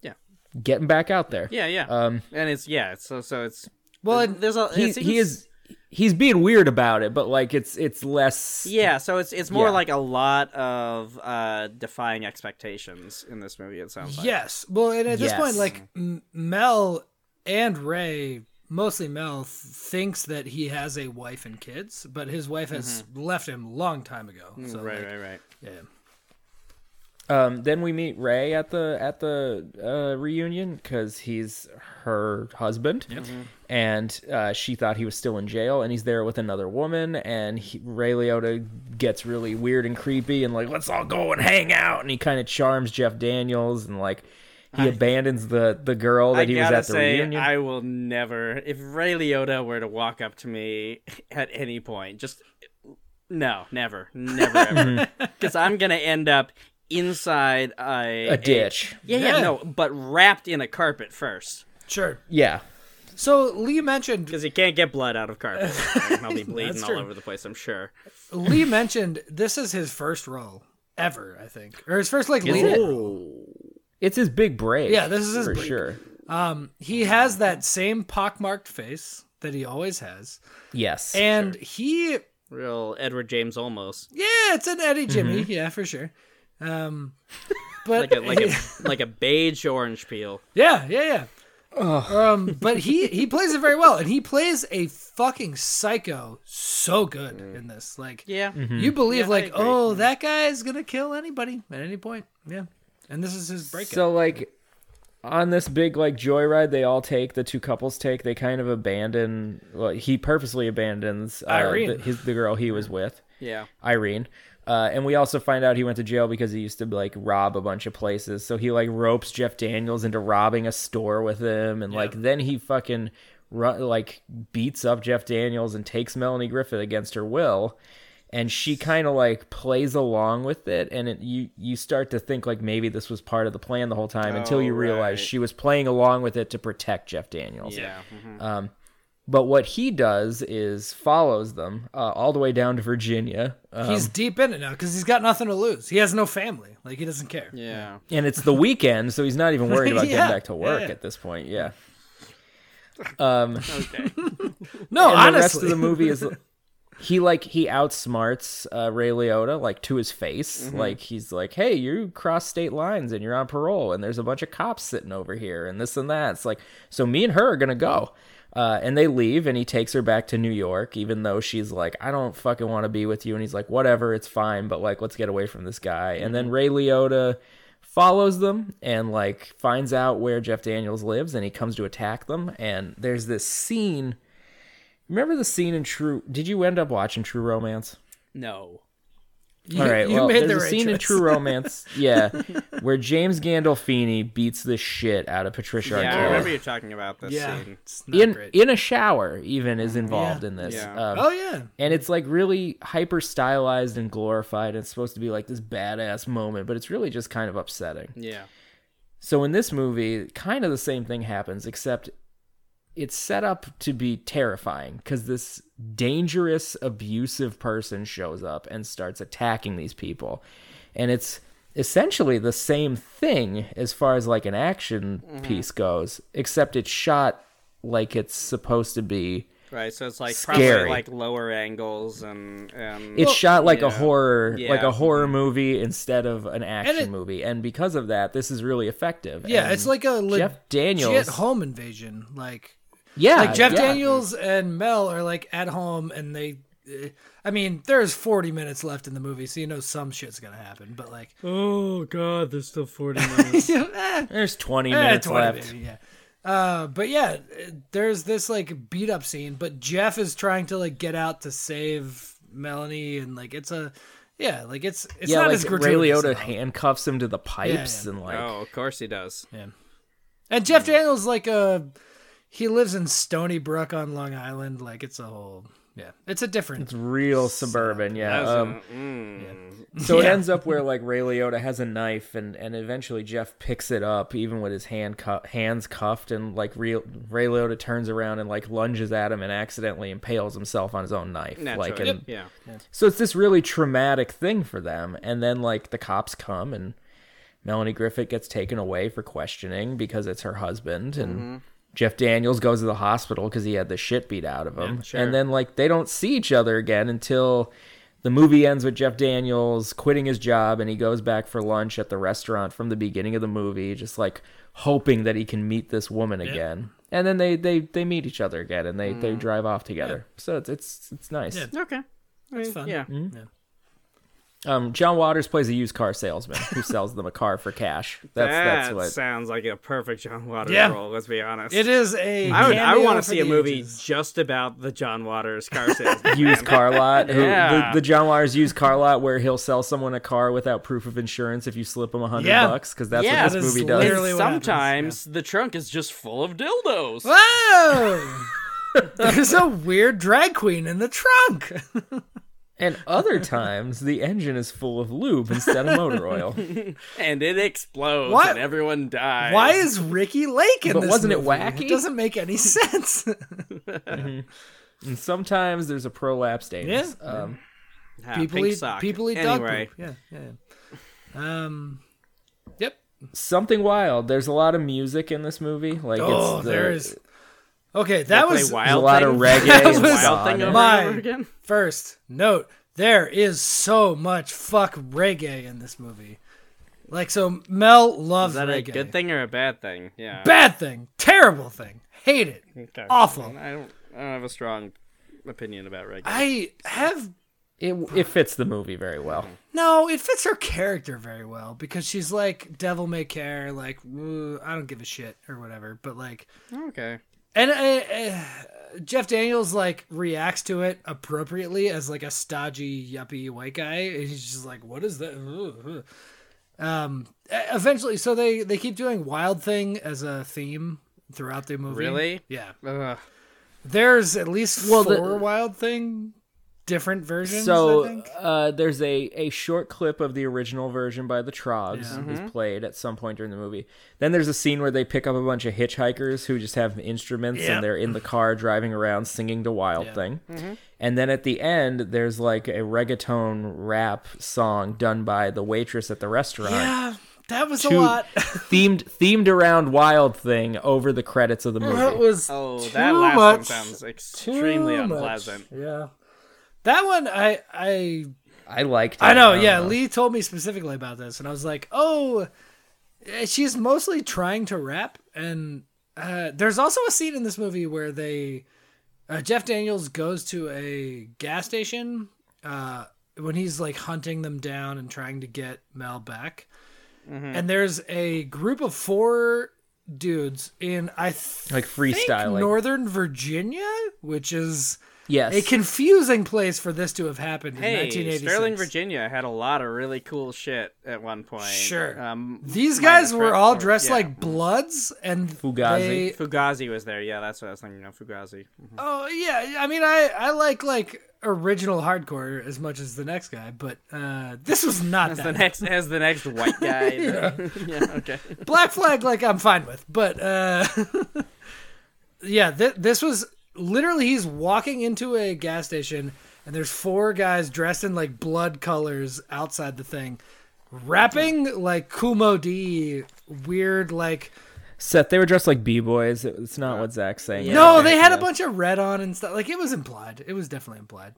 D: Yeah.
F: getting back out there.
D: yeah, yeah,
F: Um,
D: and it's yeah. it's- So so it's
E: Well, it-
D: there's a it
F: he, he
D: seems-
F: is he's being weird about it, but like it's it's less.
D: Yeah, so it's it's more
F: Yeah.
D: like a lot of uh defying expectations in this movie. It sounds like
E: Yes. Well, and at this point,
F: Yes.
E: like M- Mel and Ray, mostly Mel, th- thinks that he has a wife and kids, but his wife has left him long time ago. So,
D: Mm-hmm. Mm, right,
E: like,
D: right, right.
E: Yeah.
F: Um, then we meet Ray at the at the uh, reunion because he's her husband,
D: Mm-hmm.
F: and uh, she thought he was still in jail, and he's there with another woman, and he, Ray Liotta gets really weird and creepy, and like let's all go and hang out, and he kind of charms Jeff Daniels, and like he abandons the the girl that
D: I
F: he was
D: gotta
F: at the
D: say,
F: reunion.
D: I will never. If Ray Liotta were to walk up to me at any point, just no, never, never, ever,
F: Mm-hmm.
D: because I'm gonna end up inside a,
F: a ditch,
D: yeah, yeah,
E: Yeah.
D: no, but wrapped in a carpet first,
E: Sure.
F: yeah.
E: So Lee mentioned
D: because you can't get blood out of carpet. and I'll be bleeding all
E: true.
D: over the place. I'm sure.
E: Lee mentioned this is his first role ever, I think, or his first like lead.
F: it?
E: role.
F: It's his big break.
E: Yeah, this is his
F: for
E: break.
F: sure.
E: Um, he has that same pockmarked face that he always has,
F: Yes,
E: and he
D: Real Edward James almost
E: yeah, it's an Eddie Jimmy, yeah, for sure. Um, but
D: Mm-hmm. like a like a like a beige orange peel.
E: Yeah, yeah, yeah. Um, but he he plays it very well, and he plays a fucking psycho so good in this. Like,
D: Mm. Yeah. Mm-hmm.
E: you believe
D: Yeah, I
E: like,
D: agree. Mm.
E: oh, that guy is gonna kill anybody at any point. Yeah, and this is his breakup.
F: So like on this big like joyride they all take the two couples take they kind of abandon well, he purposely abandons uh,
E: Irene.
F: The, his, the girl he was with
D: Yeah.
F: Irene uh, and we also find out he went to jail because he used to like rob a bunch of places so he like ropes Jeff Daniels into robbing a store with him and like then he fucking run, like beats up Jeff Daniels and takes Melanie Griffith against her will and she kind of like plays along with it and it, you you start to think like maybe this was part of the plan the whole time until you
D: Oh,
F: realize
D: right.
F: she was playing along with it to protect Jeff Daniels. Um,
D: Yeah.
F: But what he does is follows them uh, all the way down to Virginia. Uh,
E: he's deep in it now because he's got nothing to lose. He has no family. Like, he doesn't care.
D: Yeah.
F: and it's the weekend, so he's not even worried about
E: Yeah,
F: getting back to work
E: yeah.
F: at this point. Yeah.
D: Okay.
E: No,
F: and
E: honestly,
F: the rest of the movie is he like he outsmarts uh, Ray Liotta like to his face.
E: Mm-hmm.
F: Like he's like, "Hey, you cross state lines and you're on parole, and there's a bunch of cops sitting over here, and this and that." It's like, so me and her are gonna go. Uh, and they leave, and he takes her back to New York, even though she's like, "I don't fucking want to be with you." And he's like, "Whatever, it's fine, but like, let's get away from this guy." And
E: Mm-hmm.
F: then Ray Liotta follows them and like finds out where Jeff Daniels lives, and he comes to attack them. And there's this scene Remember the scene in True? Did you end up watching True Romance?
D: No.
E: you,
F: All right,
E: you
F: well,
E: made the
F: there's
E: right
F: a scene in
E: choice.
F: True Romance, yeah, where James Gandolfini beats the shit out of Patricia
D: Yeah, I
F: Arquette.
D: remember you talking about this
E: Yeah,
D: scene.
E: it's not
F: in
E: great.
F: in a shower, even is involved
E: Yeah.
F: in this.
D: Yeah.
F: Um,
E: oh yeah,
F: and it's like really hyper stylized and glorified. It's supposed to be like this badass moment, but it's really just kind of upsetting.
D: Yeah.
F: So in this movie, kind of the same thing happens, except it's set up to be terrifying because this dangerous, abusive person shows up and starts attacking these people. And it's essentially the same thing as far as like an action
E: Mm-hmm.
F: piece goes, except it's shot like it's supposed to be.
D: Right, so it's like
F: Scary.
D: probably like lower angles and and
F: It's shot like a
D: yeah.
F: horror, like
D: Yeah.
F: a horror movie instead of an action
E: it-
F: movie, and because of that, this is really effective.
E: yeah.
F: And
E: It's like a legit
F: Jeff Daniels.
E: home invasion. Like
F: yeah,
E: like Jeff
F: yeah.
E: Daniels and Mel are like at home and they uh, I mean, there's 40 minutes left in the movie, so you know some shit's gonna happen. But like,
D: Oh god, there's still forty minutes.
E: eh,
F: There's 20
E: eh,
F: minutes
E: 20
F: left.
E: maybe, yeah. Uh, but yeah, uh, there's this like beat up scene, but Jeff is trying to like get out to save Melanie, and like it's a, yeah, like it's it's
F: yeah,
E: not
F: like
E: as
F: Ray
E: gratuitous.
F: Liotta
E: at all.
F: handcuffs him to the pipes
E: yeah.
F: and like
D: oh, of course he does.
E: And Jeff Daniels like a uh, He lives in Stony Brook on Long Island. Like it's a whole yeah. It's a different
F: It's real suburban, yeah. Um, So it
E: Yeah.
F: ends up where like Ray Liotta has a knife, and and eventually Jeff picks it up, even with his hand cu- hands cuffed, and like Ray, Ray Liotta turns around and like lunges at him and accidentally impales himself on his own knife.
D: Naturally.
F: Like, and,
D: yeah.
F: so it's this really traumatic thing for them, and then like the cops come and Melanie Griffith gets taken away for questioning because it's her husband and. Jeff Daniels goes to the hospital because he had the shit beat out of him.
D: sure.
F: And then, like, they don't see each other again until the movie ends with Jeff Daniels quitting his job and he goes back for lunch at the restaurant from the beginning of the movie, just like hoping that he can meet this woman again. And then they, they, they meet each other again and they, they drive off together. So it's, it's, it's nice.
E: Yeah.
D: Okay. It's
E: fun.
D: Yeah.
F: Mm-hmm. Um, John Waters plays a used car salesman who sells them a car for cash. That's,
D: that
F: that's what.
D: sounds like a perfect John Waters
E: Yeah.
D: role. Let's be honest.
E: It is a.
D: I would. I
E: cameo
D: want to
E: for
D: see a
E: the
D: movie
E: ages.
D: just about the John Waters car salesman.
F: used car lot. Who,
D: Yeah.
F: the, the John Waters used car lot where he'll sell someone a car without proof of insurance if you slip him a hundred
E: Yeah.
F: bucks because that's
D: Yeah,
F: what
D: that
F: this
E: is
F: movie does.
E: literally-
D: And
E: what happens,
D: sometimes the trunk is just full of dildos.
E: Whoa! There's a weird drag queen in the trunk.
F: And other times the engine is full of lube instead of motor oil.
D: and it explodes
E: What?
D: and everyone dies.
E: Why is Ricky Lake in
F: But
E: this?
F: wasn't it
E: movie?
F: wacky?
E: It doesn't make any sense.
F: And sometimes there's a prolapsed anus.
E: Yeah.
F: Um,
D: Ah,
E: people
D: pink
E: eat
D: sock.
E: people eat
D: anyway,
E: dog poop. Yeah, yeah, yeah. Um. Yep.
F: something wild. There's a lot of music in this movie. Like
E: Oh,
F: it's the,
E: there is. Okay, that
D: Play
E: was
F: there's a
D: wild
F: lot
D: thing.
F: of reggae.
E: That
F: and
E: was
F: ska
D: wild thing
F: in it.
D: over and
E: My-
D: over again.
E: first note. There is so much fuck reggae in this movie. Like so, Mel loves
D: Is that
E: reggae.
D: a good thing or a bad thing? Yeah.
E: Bad thing. Terrible thing. Hate it.
D: Okay.
E: Awful.
D: I don't. I don't have a strong opinion about reggae.
E: I have
F: It, it fits the movie very well.
E: No, it fits her character very well because she's like devil may care, like "Ooh, I don't give a shit or whatever. But like,
D: okay.
E: and uh, uh, Jeff Daniels like reacts to it appropriately as like a stodgy yuppie white guy, and he's just like, "What is that?" Ooh, ooh." Um, e- eventually, so they they keep doing wild thing as a theme throughout the movie.
D: Really?
E: Yeah.
D: Ugh.
E: There's at least
F: Well, the-
E: four wild thing, different versions. I
F: So
E: think.
F: uh, there's a, a short clip of the original version by the Trogs
E: Mm-hmm.
F: is played at some point during the movie. Then there's a scene where they pick up a bunch of hitchhikers who just have instruments
E: Yeah.
F: and they're in the car driving around singing to Wild Thing.
E: Mm-hmm.
F: And then at the end, there's like a reggaeton rap song done by the waitress at the restaurant.
E: yeah, that was
F: Two-
E: a lot.
F: themed themed around Wild Thing over the credits of the
E: That
F: movie.
E: was
D: Oh,
E: too
D: that last
E: much.
D: one sounds extremely
E: extremely
D: unpleasant.
E: Yeah, that one I I
F: I liked it. Uh,
E: I know. Yeah,
F: don't
E: Lee told me specifically about this, and I was like, oh, eh, she's mostly trying to rap. And uh, there's also a scene in this movie where they uh, Jeff Daniels goes to a gas station uh, when he's like hunting them down and trying to get Mel back. And there's a group of four dudes in I th-
F: Like
E: think
F: freestyling.
E: Northern Virginia, which is
F: yes.
E: a confusing place for this to have happened in
D: Hey,
E: 1986.
D: Sterling, Virginia had a lot of really cool shit at one point.
E: Sure.
D: Um,
E: These
D: minus
E: guys were
D: Fred-
E: all
D: or-
E: dressed
D: yeah.
E: like bloods and
F: Fugazi.
E: they-
D: Fugazi was there. Yeah, that's what I was thinking of. Fugazi.
E: oh yeah, I mean I I like like original hardcore as much as the next guy, but uh this was not
D: As the
E: that.
D: next, as the next white guy. yeah. Okay.
E: Black Flag like I'm fine with, but uh yeah, th- this was literally he's walking into a gas station and there's four guys dressed in like blood colors outside the thing rapping like Kumo D weird like
F: Seth, they were dressed like b boys. It's not what Zach's saying.
E: No,
F: Okay.
E: they had a
F: Yeah.
E: bunch of red on and stuff. Like it was implied. It was definitely implied.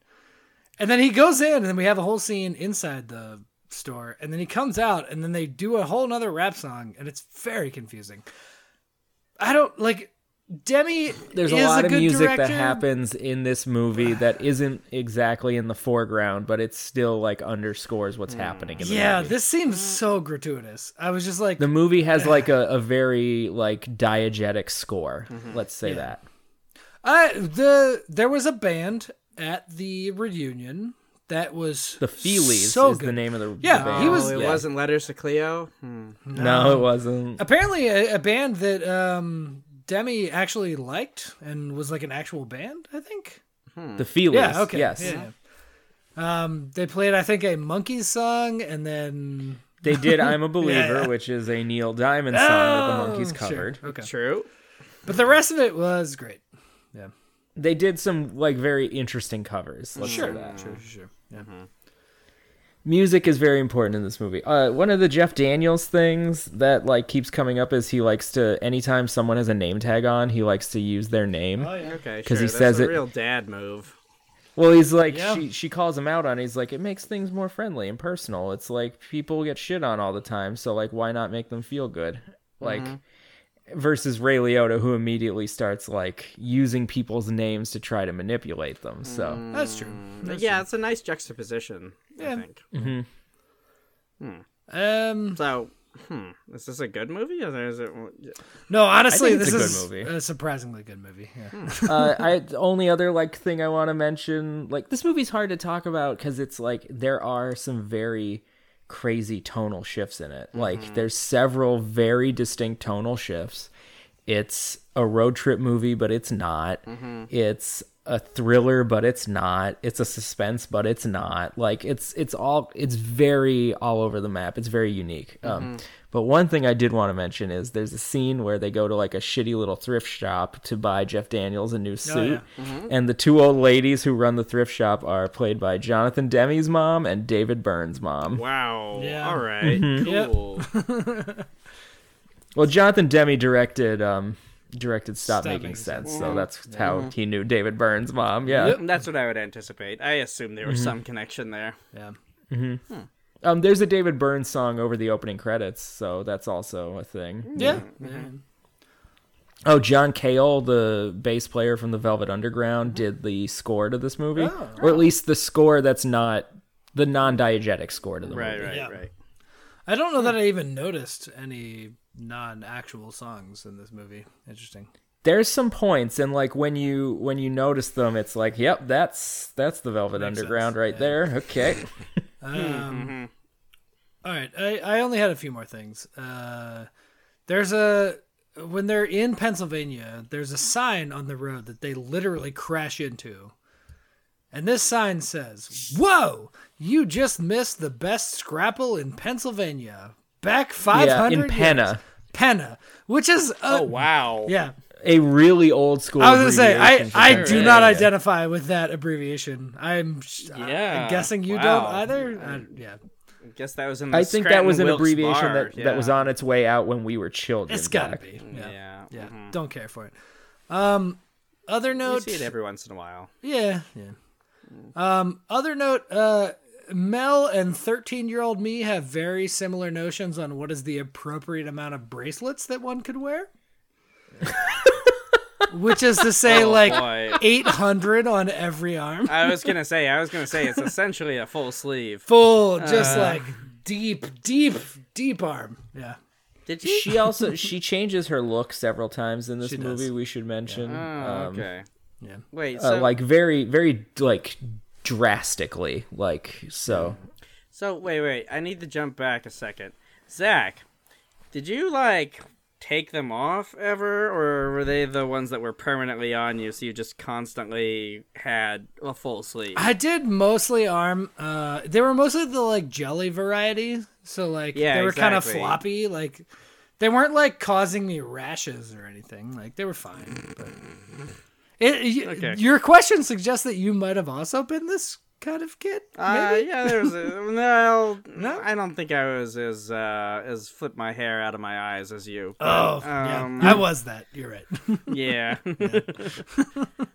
E: And then he goes in, and then we have a whole scene inside the store, and then he comes out, and then they do a whole nother rap song, and it's very confusing. I don't like Demi.
F: there's
E: is
F: a lot of
E: good
F: music that
E: director.
F: happens in this movie that isn't exactly in the foreground, but it still like underscores what's happening in the
E: Mm. Yeah,
F: movie.
E: this seems so gratuitous. I was just like,
F: the movie has like a, a very like diegetic score.
E: Mm-hmm.
F: Let's say that.
E: I the there was a band at the reunion that was
F: The Feelies
E: So
F: is the
E: good.
F: name of the
E: Yeah,
F: the band.
E: he was-
D: Oh, it
F: Yeah.
D: wasn't Letters to Cleo. Hmm.
F: No, it wasn't.
E: apparently a, a band that um Demi actually liked and was like an actual band, I think.
G: The Feelies.
E: Yeah, okay.
G: Yes.
E: Yeah. Um, they played, I think, a Monkeys song and then.
F: They did I'm a Believer,
E: yeah.
F: which is a Neil Diamond song that the Monkeys
E: Oh,
F: covered.
E: Sure. Okay.
D: True.
E: But the rest of it was great.
F: They did some like very interesting covers. Let's
E: Sure.
F: say that.
E: Sure, sure, sure. Yeah.
F: Mm-hmm. Music is very important in this movie. Uh, one of the Jeff Daniels things that like keeps coming up is he likes to anytime someone has a name tag on, he likes to use their name.
E: Oh, yeah.
D: Okay, sure.
F: he
D: That's
F: says
D: a
F: it-
D: real dad move.
F: Well, he's like
E: Yeah.
F: she she calls him out on. it. He's like it makes things more friendly and personal. It's like people get shit on all the time, so like why not make them feel good? Like versus Ray Liotta who immediately starts like using people's names to try to manipulate them. So
E: That's true.
F: Mm,
E: That's
D: Yeah, it's a nice juxtaposition. I
E: Yeah.
D: think.
E: true. Um,
D: So, hmm, is this a good movie or is it?
E: no, honestly,
F: it's
E: this
F: a good
E: is
F: movie.
E: a surprisingly good movie. Yeah.
F: uh, I the only other like thing I want to mention, like this movie's hard to talk about because it's like there are some very crazy tonal shifts in it. Like there's several very distinct tonal shifts. It's a road trip movie, but it's not. It's a thriller, but it's not. It's a suspense, but it's not. Like it's it's all it's very all over the map. It's very unique. Um, but one thing I did want to mention is there's a scene where they go to like a shitty little thrift shop to buy Jeff Daniels a new suit, and the two old ladies who run the thrift shop are played by Jonathan Demi's mom and David Byrne's mom.
D: Wow.
E: Yeah.
D: All right,
F: Mm-hmm.
E: Yep.
D: Cool.
F: Well, Jonathan Demi directed um directed Stop,
E: Stop
F: Making,
E: Making
F: Sense, so that's how he knew David Byrne's mom. Yeah.
D: That's what I would anticipate. I assume there was
F: Mm-hmm.
D: some connection there.
E: yeah.
F: Um, there's a David Byrne song over the opening credits, so that's also a thing.
E: Yeah.
F: Mm-hmm. Oh, John Cale, the bass player from the Velvet Underground, did the score to this movie,
E: Oh.
F: or at least the score that's not the non-diegetic score to the
D: Right,
F: movie.
D: right,
E: Yeah.
D: right.
E: I don't know that I even noticed any non-actual songs in this movie. Interesting.
F: There's some points, and like when you when you notice them, it's like, yep, that's that's the Velvet Underground
E: sense,
F: right
E: yeah.
F: there. Okay.
E: Um, all right, I, I only had a few more things. Uh, there's a when they're in Pennsylvania, there's a sign on the road that they literally crash into, and this sign says, "Whoa, you just missed the best scrapple in Pennsylvania." Back five
F: yeah,
E: hundred
F: in Penna.
E: years." Penna, which is a,
D: Oh wow.
E: yeah.
F: a really old school.
E: I was gonna say I,
F: abbreviation for
E: I
F: that
E: do
F: area.
E: not identify with that abbreviation. I'm sh- I-
D: Yeah,
E: I'm guessing you
D: wow.
E: don't either. I, yeah,
D: Guess that was in. The
F: I think that was an
D: Scranton-Wilkes
F: abbreviation
D: bar.
F: that, that was
D: Yeah.
F: on its way out when we were children.
E: it's gotta
F: Zach.
E: be. Yeah, yeah.
D: Yeah. mhm.
E: Don't care for it. Um, other
D: You
E: note.
D: see it every once in a while.
E: yeah, yeah. Um, other note. Uh, Mel and thirteen-year-old me have very similar notions on what is the appropriate amount of bracelets that one could wear. Which is to say,
D: Oh,
E: like
D: boy.
E: eight hundred on every arm.
D: I was gonna say. I was gonna say it's essentially a full sleeve.
E: full, just
D: Uh.
E: like deep, deep, deep arm. Yeah.
D: Did you?
F: She also she changes her look several times in this
E: She does. Mm.
F: movie. We should mention,
D: Oh, okay.
E: Yeah.
D: Wait.
F: Um, uh,
D: So
F: like very very like drastically, like so.
D: So wait, wait. I need to jump back a second. Zach, did you like take them off ever, or were they the ones that were permanently on you, so you just constantly had a full sleeve?
E: I did mostly arm. Uh, they were mostly the like jelly variety, so like
D: Yeah,
E: they were kind of
D: exactly.
E: floppy. Like they weren't like causing me rashes or anything. Like they were fine. But it, y-
D: Okay.
E: Your question suggests that you might have also been this kind of kid.
D: Uh,
E: maybe?
D: yeah, there was a, no,
E: No?
D: I don't think I was as uh, as flip my hair out of my eyes as you.
E: Oh, yeah.
D: um,
E: I was that. You're right.
D: Yeah,
E: yeah, it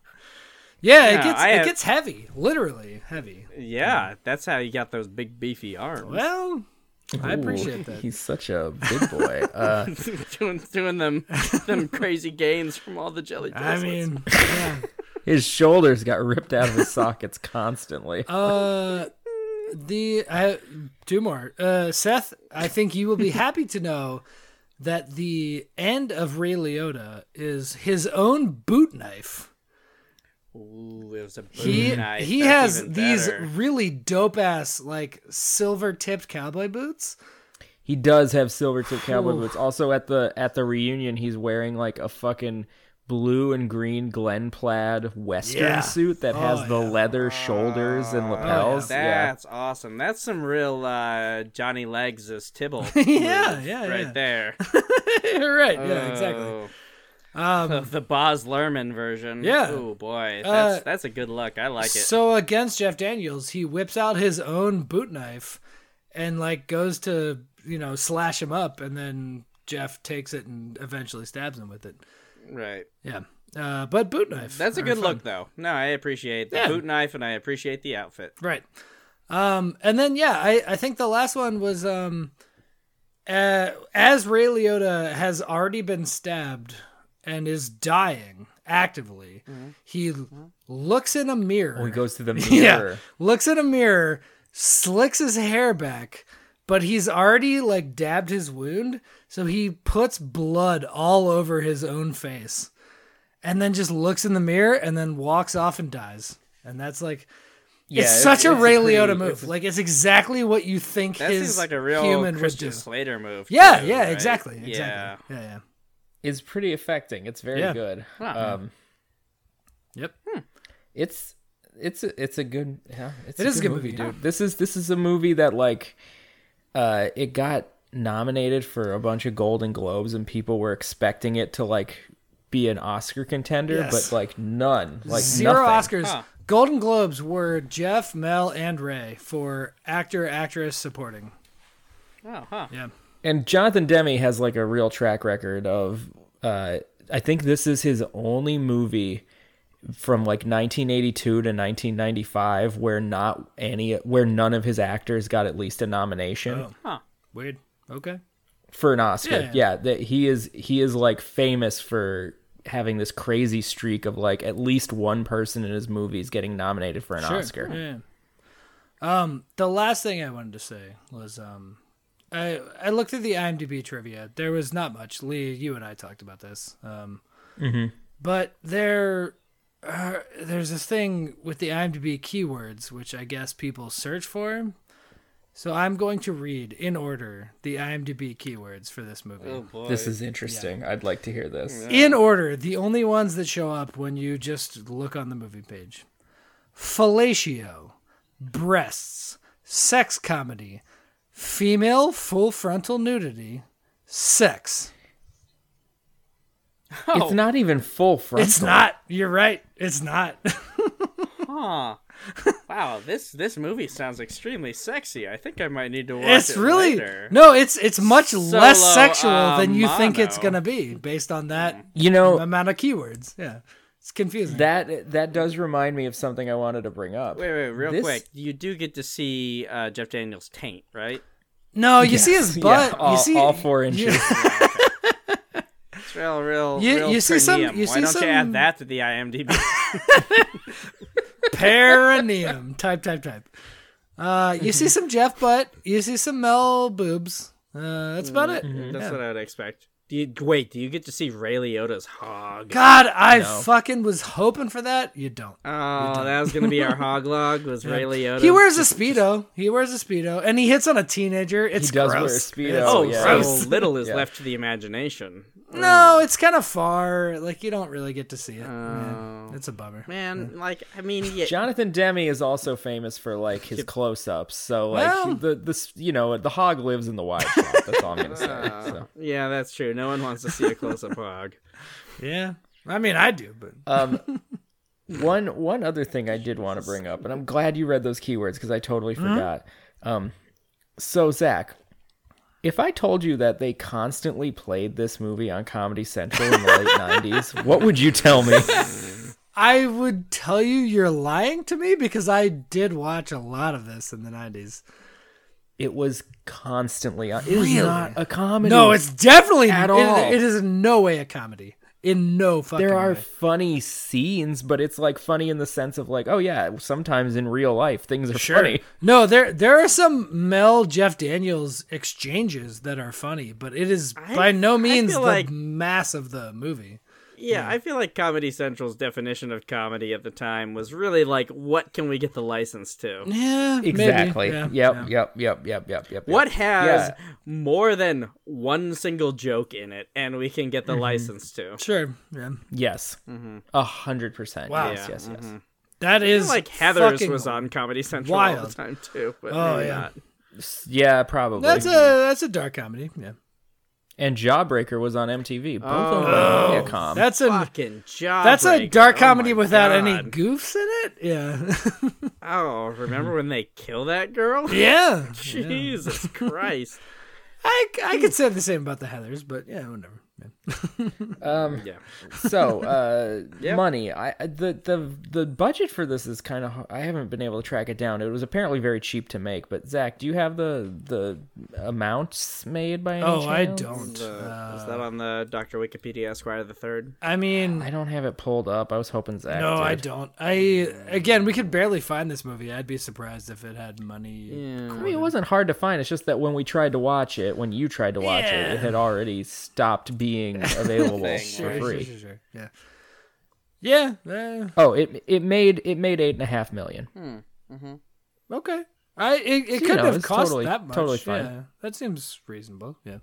D: Yeah,
E: gets
D: I
E: it
D: have-
E: gets heavy, literally heavy.
D: yeah. That's how you got those big beefy arms.
E: Well, I
F: Ooh,
E: appreciate that.
F: He's such a big boy. Uh,
D: doing doing them them crazy gains from all the jelly.
E: I
D: bracelets.
E: mean, yeah.
F: his shoulders got ripped out of his sockets constantly.
E: Uh, the I two more. Uh, Seth, I think you will be happy to know that the end of Ray Liotta is his own boot knife.
D: Ooh, it was a boom
E: He
D: knife.
E: he
D: That's
E: has
D: even
E: these
D: better.
E: really dope ass like silver tipped cowboy boots
F: He does have silver tip cowboy boots. Also at the at the reunion, he's wearing like a fucking blue and green Glen plaid western
E: Yeah. Oh,
F: suit that has the
E: yeah. Oh,
F: leather shoulders and lapels. yeah.
D: Oh, That's awesome. That's some real uh, Johnny Legs as Tibble.
E: Yeah, yeah,
D: right
E: yeah.
D: there.
E: You're right. Yeah, exactly.
D: Oh,
E: Um,
D: the Boz Lerman version.
E: Yeah.
D: Oh boy, that's
E: Uh,
D: that's a good look. I like it.
E: so against Jeff Daniels, he whips out his own boot knife and like goes to, you know, slash him up and then Jeff takes it and eventually stabs him with it.
D: right.
E: Yeah. Uh, but boot knife.
D: That's a
E: are
D: good
E: fun.
D: look though. No, I appreciate the
E: Yeah.
D: boot knife and I appreciate the outfit.
E: Right. Um, and then yeah, I, I think the last one was um uh, as Ray Liotta has already been stabbed and is dying actively,
D: Mm-hmm.
E: he looks in a mirror.
F: Oh, he goes to the
E: yeah,
F: mirror.
E: looks in a mirror, slicks his hair back, but he's already like dabbed his wound, so he puts blood all over his own face. And then just looks in the mirror and then walks off and dies. And that's like
F: Yeah,
E: it's such a Ray
F: pretty-
E: Liotta
F: it's
E: move. like it's exactly what you think
D: That
E: his
D: seems like a real
E: human would
D: Christian
E: do.
D: Slater move.
E: Yeah,
D: too,
E: yeah,
D: right?
E: exactly, exactly.
D: Yeah.
E: Yeah, yeah.
F: is pretty affecting. It's very
E: Yeah.
F: good.
D: Wow.
F: Um,
E: Yep.
F: it's it's a, it's a good yeah, it's
E: It
F: a
E: is
F: good movie, dude. This is this is a movie that like uh it got nominated for a bunch of Golden Globes and people were expecting it to like be an Oscar contender,
E: Yes.
F: but like none, like
E: Zero
F: nothing.
E: Oscars. Golden Globes were Jeff, Mel, and Ray for actor, actress, supporting.
D: Oh, huh.
E: Yeah.
F: And Jonathan Demi has like a real track record of uh I think this is his only movie from like 1982 to 1995 where not any where none of his actors got at least a nomination
E: Oh. Weird. Okay.
F: for an Oscar.
E: Yeah.
F: Yeah, that he is he is like famous for having this crazy streak of like at least one person in his movies getting nominated for an Oscar.
E: Yeah. Um, the last thing I wanted to say was um, I I looked at the IMDb trivia. There was not much. Lee, you and I talked about this. Um, but there are, there's this thing with the IMDb keywords, which I guess people search for. So I'm going to read in order the IMDb keywords for this movie.
D: Oh boy.
F: This is interesting. I'd like to hear this.
D: Mm.
E: In order, the only ones that show up when you just look on the movie page fellatio, breasts, sex comedy, female full frontal nudity, sex.
F: It's not even full frontal.
E: It's not. You're right. It's not.
D: Huh. wow, this this movie sounds extremely sexy. I think I might need to watch
E: it's
D: it
E: really
D: later.
E: no. It's it's much less
D: Solo,
E: sexual
D: uh,
E: than you think it's
D: mono.
E: gonna be based on that
F: You
D: Mm.
F: know,
E: amount of keywords. Yeah, it's confusing.
F: that that does remind me of something I wanted to bring up.
D: Wait, wait, real
F: This-
D: quick. You do get to see uh, Jeff Daniels' taint, right?
E: no, you see his
F: Yeah,
E: butt.
F: all,
E: you see
F: all four
E: you-
F: inches.
D: It's real, real.
E: You-
D: real
E: you see some-
D: perineum.
E: you
D: Why
E: see
D: don't you add
E: some-
D: that to the IMDb?
E: perineum. type, type, type. Uh, you
D: Mm-hmm.
E: see some Jeff butt. You see some Mel boobs. Uh, that's about it.
D: That's what I would expect. Do you, wait, do you get to see Ray Liotta's hog?
E: God, I fucking was hoping for that. You don't.
D: Oh, that was gonna be our hog log. Was Ray Liotta?
E: He wears a speedo. He wears a speedo, and he hits on a teenager. It's
F: He does wear a
E: gross.
F: Speedo,
D: Oh,
F: yeah.
E: gross.
D: so little is
F: Yeah.
D: left to the imagination.
E: No, it's kind of far. Like you don't really get to see it.
D: Oh.
E: Yeah, it's a bummer.
D: Man, like I mean, yeah,
F: Jonathan Demi is also famous for like his close-ups. So like
E: Well-
F: the this you know the hog lives in the wide shot. That's all I'm gonna say. So.
D: yeah, that's true. No one wants to see a close up hog.
E: Yeah, I mean I do, but
F: Um, one one other thing I did want to bring up, and I'm glad you read those keywords because I totally
E: Uh-huh.
F: forgot. Um, so Zach, if I told you that they constantly played this movie on Comedy Central in the late '90s, what would you tell me?
E: I would tell you you're lying to me because I did watch a lot of this in the '90s.
F: It was constantly on. It is not a comedy.
E: No, it's definitely
F: At
E: it-
F: all.
E: it is in no way a comedy. In no fucking
F: there are
E: way.
F: funny scenes, but it's like funny in the sense of like, oh yeah, sometimes in real life things are funny.
E: No, there there are some Mel Jeff Daniels exchanges that are funny, but it is by no means
D: feel
E: the
D: like-
E: mass of the movie.
D: Yeah, I feel like Comedy Central's definition of comedy at the time was really like, what can we get the license to?
E: Yeah, maybe.
F: Exactly.
E: Yeah,
F: Yep,
E: yeah.
F: yep. Yep. Yep. Yep. Yep. Yep.
D: What has
F: Yeah.
D: more than one single joke in it, and we can get the
E: Mm-hmm.
D: license to?
E: Sure. Yeah.
F: Yes. A hundred percent.
E: Wow.
F: Yes. Yes. Yes.
E: That is
D: Like Heather's
E: fucking-
D: was on Comedy Central all
E: wild.
D: the time too, but
E: Oh,
D: maybe
E: yeah.
D: not.
F: Yeah. Probably.
E: That's a that's a dark comedy. Yeah.
F: and Jawbreaker was on MTV. Both of them were on Viacom.
E: That's a
D: Fucking Oh job.
E: that's a dark comedy without any goofs in it. Yeah.
D: Oh, remember when they kill that girl?
E: yeah.
D: Jesus Christ.
E: I I could say the same about the Heathers, but yeah, whatever. Yeah.
F: Um,
D: Yeah.
F: so uh,
D: Yep.
F: money. I I- the the the budget for this is kind of. I haven't been able to track it down. It was apparently very cheap to make. But Zach, do you have the the amounts made by any
E: Oh, I
F: chance?
E: don't.
D: The- was
E: Uh,
D: that on the Dr. Wikipedia Esquire the Third?
E: I mean,
F: I don't have it pulled up. I was hoping Zach.
E: no,
F: did.
E: I don't. I again, we could barely find this movie. I'd be surprised if it had money.
F: I mean, it wasn't hard to find. It's just that when we tried to watch it, when you tried to watch it, it had already stopped being available
E: Sure,
F: for
E: sure,
F: free.
E: sure, sure. Yeah. Yeah. eh,
F: Oh, it it made it made eight and a half million.
E: okay. I it,
F: you
E: it could
F: know,
E: have
F: it's
E: cost
F: totally-
E: that much.
F: totally fine.
E: Yeah, that seems reasonable. Yeah.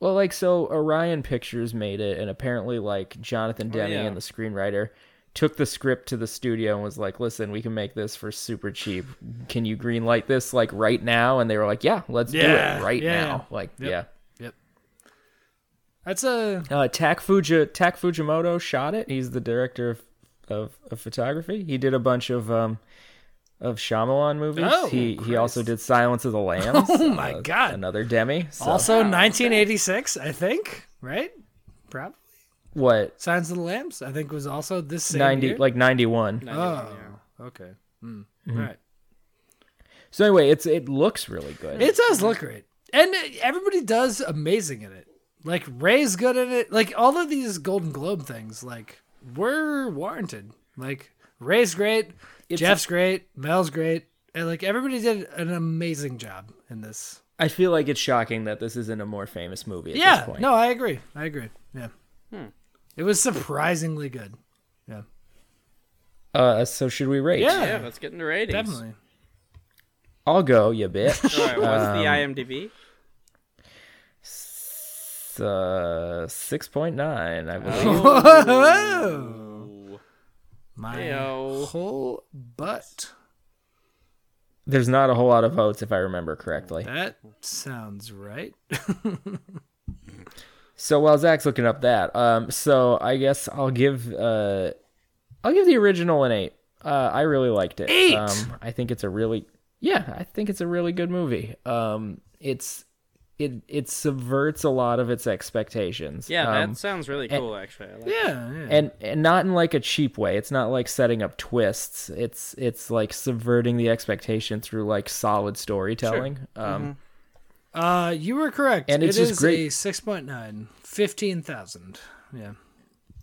F: Well, like so, Orion Pictures made it, and apparently, like Jonathan
E: Oh,
F: Demme
D: yeah.
F: and the screenwriter took the script to the studio and was like, "Listen, we can make this for super cheap. Can you greenlight this like right now?" And they were like, "Yeah, let's
E: Yeah,
F: do it right
E: yeah,
F: now." Like,
E: Yep. That's a
F: yeah. Uh, Tak Fuji Tak Fujimoto shot it. He's the director of of, of photography. He did a bunch of um of Shyamalan movies.
E: Oh,
F: he he also did Silence of the Lambs. Uh,
E: Oh my God.
F: Another Demi. So,
E: also 1986, I think. Right? Probably.
F: what
E: Signs of the Lambs, I think, was also this same
F: ninety
E: year.
F: like ninety one.
E: oh, okay. Mm. All right.
F: So anyway, it's it looks really good.
E: It does look great, and everybody does amazing in it. Like Ray's good at it. Like all of these Golden Globe things, like were warranted. Like Ray's great, Jeff's great, Mel's great, and like everybody did an amazing job in this.
F: I feel like it's shocking that this isn't a more famous movie at this
E: Yeah,
F: point.
E: no, I agree. I agree. Yeah, it was surprisingly good. Yeah,
F: Uh, so should we rate?
E: yeah,
D: Yeah, let's get into ratings.
E: definitely.
F: I'll go, you bitch.
D: All right, what's
E: um,
D: the IMDb?
F: It's, uh, 6.9, I believe.
E: Oh. My
D: Ayo.
E: whole butt.
F: There's not a whole lot of votes, if I remember correctly.
E: That sounds right.
F: So while Zach's looking up that, um, so I guess I'll give uh, I'll give the original an eight. Uh, I really liked it.
E: Eight!
F: Um, I think it's a really yeah. I think it's a really good movie. Um, it's it it subverts a lot of its expectations.
D: Yeah,
F: um,
D: that sounds really cool, actually. I like
E: Yeah, yeah.
F: and and not in like a cheap way. It's not like setting up twists. It's it's like subverting the expectation through like solid storytelling. Um,
E: Mm-hmm. Uh, you were correct.
F: And it's
E: It
F: just
E: is
F: great.
E: a 6.9, 15,000. Yeah.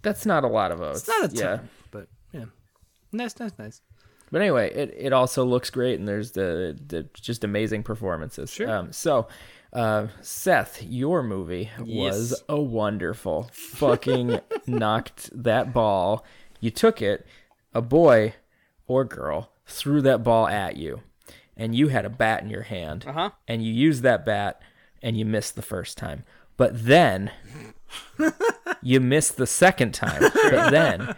F: That's not a lot of votes.
E: It's not a ton,
F: yeah.
E: but yeah. Nice, nice, nice.
F: But anyway, it, it also looks great, and there's the, the just amazing performances. Sure. Um, so, uh, Seth, your movie was a wonderful fucking knocked that ball. You took it, a boy or girl threw that ball at you, and you had a bat in your hand, uh-huh. and you used that bat, and you missed the first time. But then you missed the second time. But then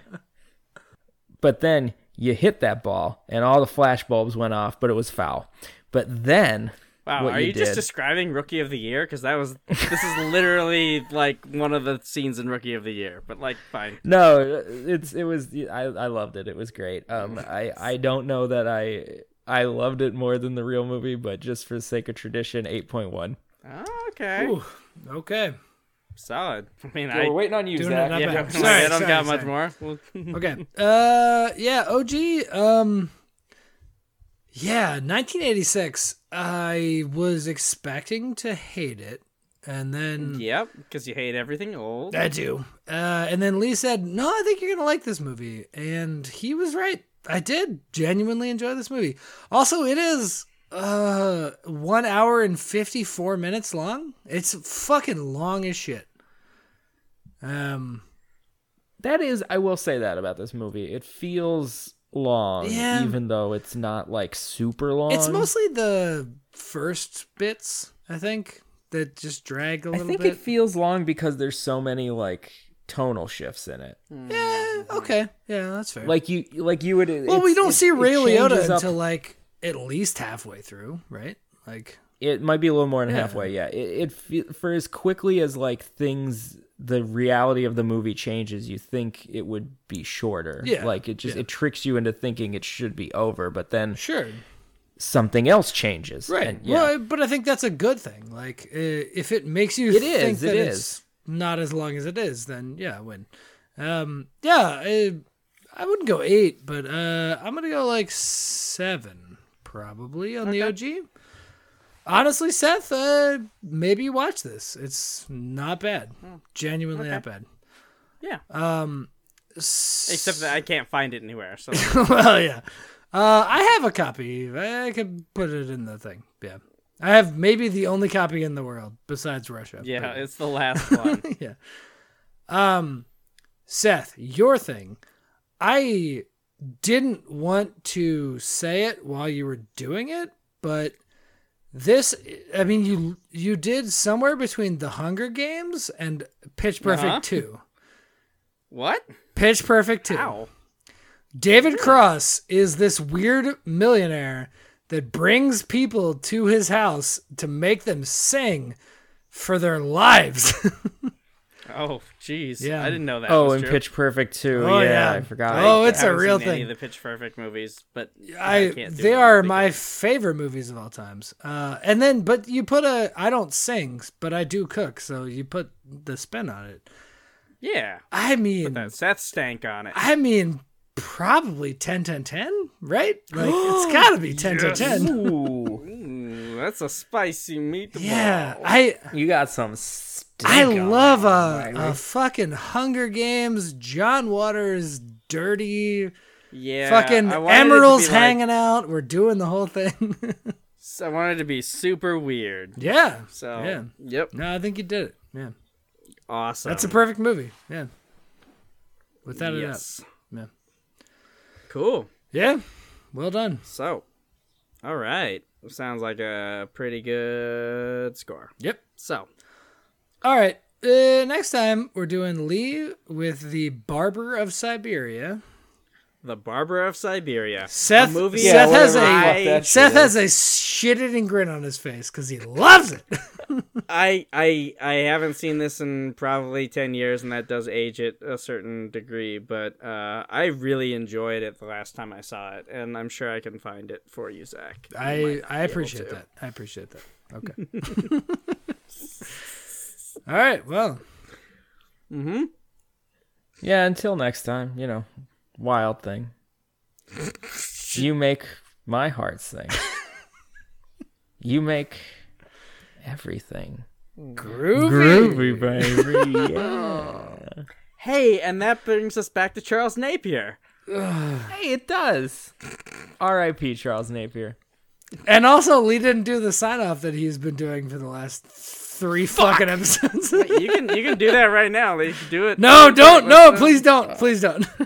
F: but then you hit that ball and all the flash bulbs went off, but it was foul. But then
D: Wow,
F: what
D: are you, just
F: did-
D: describing Rookie of the Year? Because that was this is literally like one of the scenes in Rookie of the Year. But like, fine.
F: No, it's it was I, I loved it. It was great. Um I I don't know that I I loved it more than the real movie, but just for the sake of tradition, 8.1.
D: Oh, okay,
E: Ooh, okay.
D: solid. I mean, I
F: waiting on you,
E: Doing it up
D: yeah,
E: back.
D: I
E: Sorry,
D: don't
E: sorry,
D: got
E: sorry.
D: much more. Well,
E: Okay. Uh, yeah, OG. Um, yeah, 1986. I was expecting to hate it, and then
D: yep, because you hate everything old.
E: I do. Uh, and then Lee said, "No, I think you're gonna like this movie," and he was right. I did genuinely enjoy this movie. Also, it is uh one hour and fifty four minutes long. It's fucking long as shit. Um,
F: That is, I will say that about this movie. It feels long,
E: Yeah.
F: even though it's not like super long.
E: It's mostly the first bits, I think, that just drag a
F: I
E: little
F: think
E: bit.
F: it feels long because there's so many like tonal shifts in it.
E: Eh, okay, yeah, that's fair.
F: Like you, like you would.
E: well, we don't see Ray Liotta
F: until
E: until like at least halfway through, right? Like,
F: it might be a little more than halfway yeah it, it fe- for as quickly as like things the reality of the movie changes you think it would be shorter
E: Yeah,
F: like it just it tricks you into thinking it should be over but then
E: sure,
F: something else changes
E: right?
F: and, yeah
E: Well, but I think that's a good thing. Like, uh, if it makes you
F: It
E: think
F: is,
E: that
F: it
E: it's
F: is.
E: not as long as it is, then yeah, win. Um, yeah, I, I wouldn't go eight, but uh, I'm gonna go like seven probably on the OG. Honestly, Seth, uh, maybe watch this. It's not bad,
F: Hmm.
E: genuinely not bad. Um,
D: Yeah.
E: S-
D: Except that I can't find it anywhere. So
E: well, yeah. Uh, I have a copy. I could put it in the thing. Yeah. I have maybe the only copy in the world besides Russia.
D: yeah,
E: but-
D: it's the last one.
E: yeah. Um, Seth, your thing. I didn't want to say it while you were doing it, but this I mean you you did somewhere between The Hunger Games and Pitch Perfect
D: Uh-huh.
E: 2.
D: What?
E: Pitch Perfect 2.
D: Ow.
E: David Cross is this weird millionaire that brings people to his house to make them sing for their lives.
D: Oh, jeez.
E: Yeah.
D: I didn't know that.
F: oh
D: was
F: and
D: true.
F: pitch perfect too
E: Oh,
F: yeah,
E: yeah.
F: i forgot
E: Oh, it's
D: I
E: a
D: haven't
E: real
D: seen Any
E: thing.
D: of the Pitch Perfect movies, but
E: I,
D: can't do
E: they
D: it.
E: are
D: They
E: my
D: can't-
E: favorite movies of all times. Uh, and then, but you put a I don't sing, but I do cook, so you put the spin on it.
D: Yeah,
E: I mean,
D: that Seth stank on it.
E: I mean, probably 10 10 10, right? Like it's gotta be 10 10 10.
F: Ooh,
D: Ooh, that's a spicy meatball.
E: Yeah, I
F: you got some stink
E: I
F: on
E: love
F: that
E: a,
F: one,
E: a
F: Mike.
E: fucking Hunger Games, John Waters, dirty
D: yeah.
E: fucking
D: I wanted it to be
E: emeralds
D: like-
E: hanging out. We're doing the whole thing.
D: I wanted it to be super weird.
E: yeah.
D: So,
E: Yeah.
D: yep,
E: No, I think you did it. Yeah.
D: awesome.
E: That's a perfect movie. Yeah. Without
D: yes.
E: a doubt.
D: Cool.
E: Yeah. Yeah. Well done.
D: So, all right, sounds like a pretty good score.
E: Yep.
D: So,
E: All right. Uh, next time we're doing Lee with the Barber of Siberia.
D: The Barber of Siberia.
E: Seth.
D: a movie
E: Seth
F: Yeah,
E: has
F: whatever the fuck
E: a
F: that
E: Seth
F: shit
E: has a shit eating grin on his face because he loves it.
D: I I I haven't seen this in probably ten years, and that does age it a certain degree. But uh, I really enjoyed it the last time I saw it, and I'm sure I can find it for you, Zach. You might
E: I
D: not be
E: I
D: able
E: appreciate
D: to.
E: that. I appreciate that. Okay. All right. Well,
F: yeah until next time you know wild thing you make my heart sing you make everything
E: groovy.
F: groovy baby yeah.
D: Hey, and that brings us back to Charles Napier.
F: hey it does rip charles napier
E: And also, Lee didn't do the sign off that he's been doing for the last three fucking episodes.
D: You can you can do that right now. Lee. Do it.
E: no, don't. No, please don't. Please don't.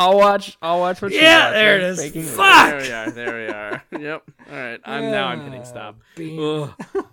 F: i'll watch i'll watch what you
E: Yeah,
F: watch.
E: there
F: I'm
E: it is.
F: faking
E: Fuck.
D: There we are. There we are. Yep. All right. I'm now. I'm hitting stop.
E: Bean.
D: Ugh.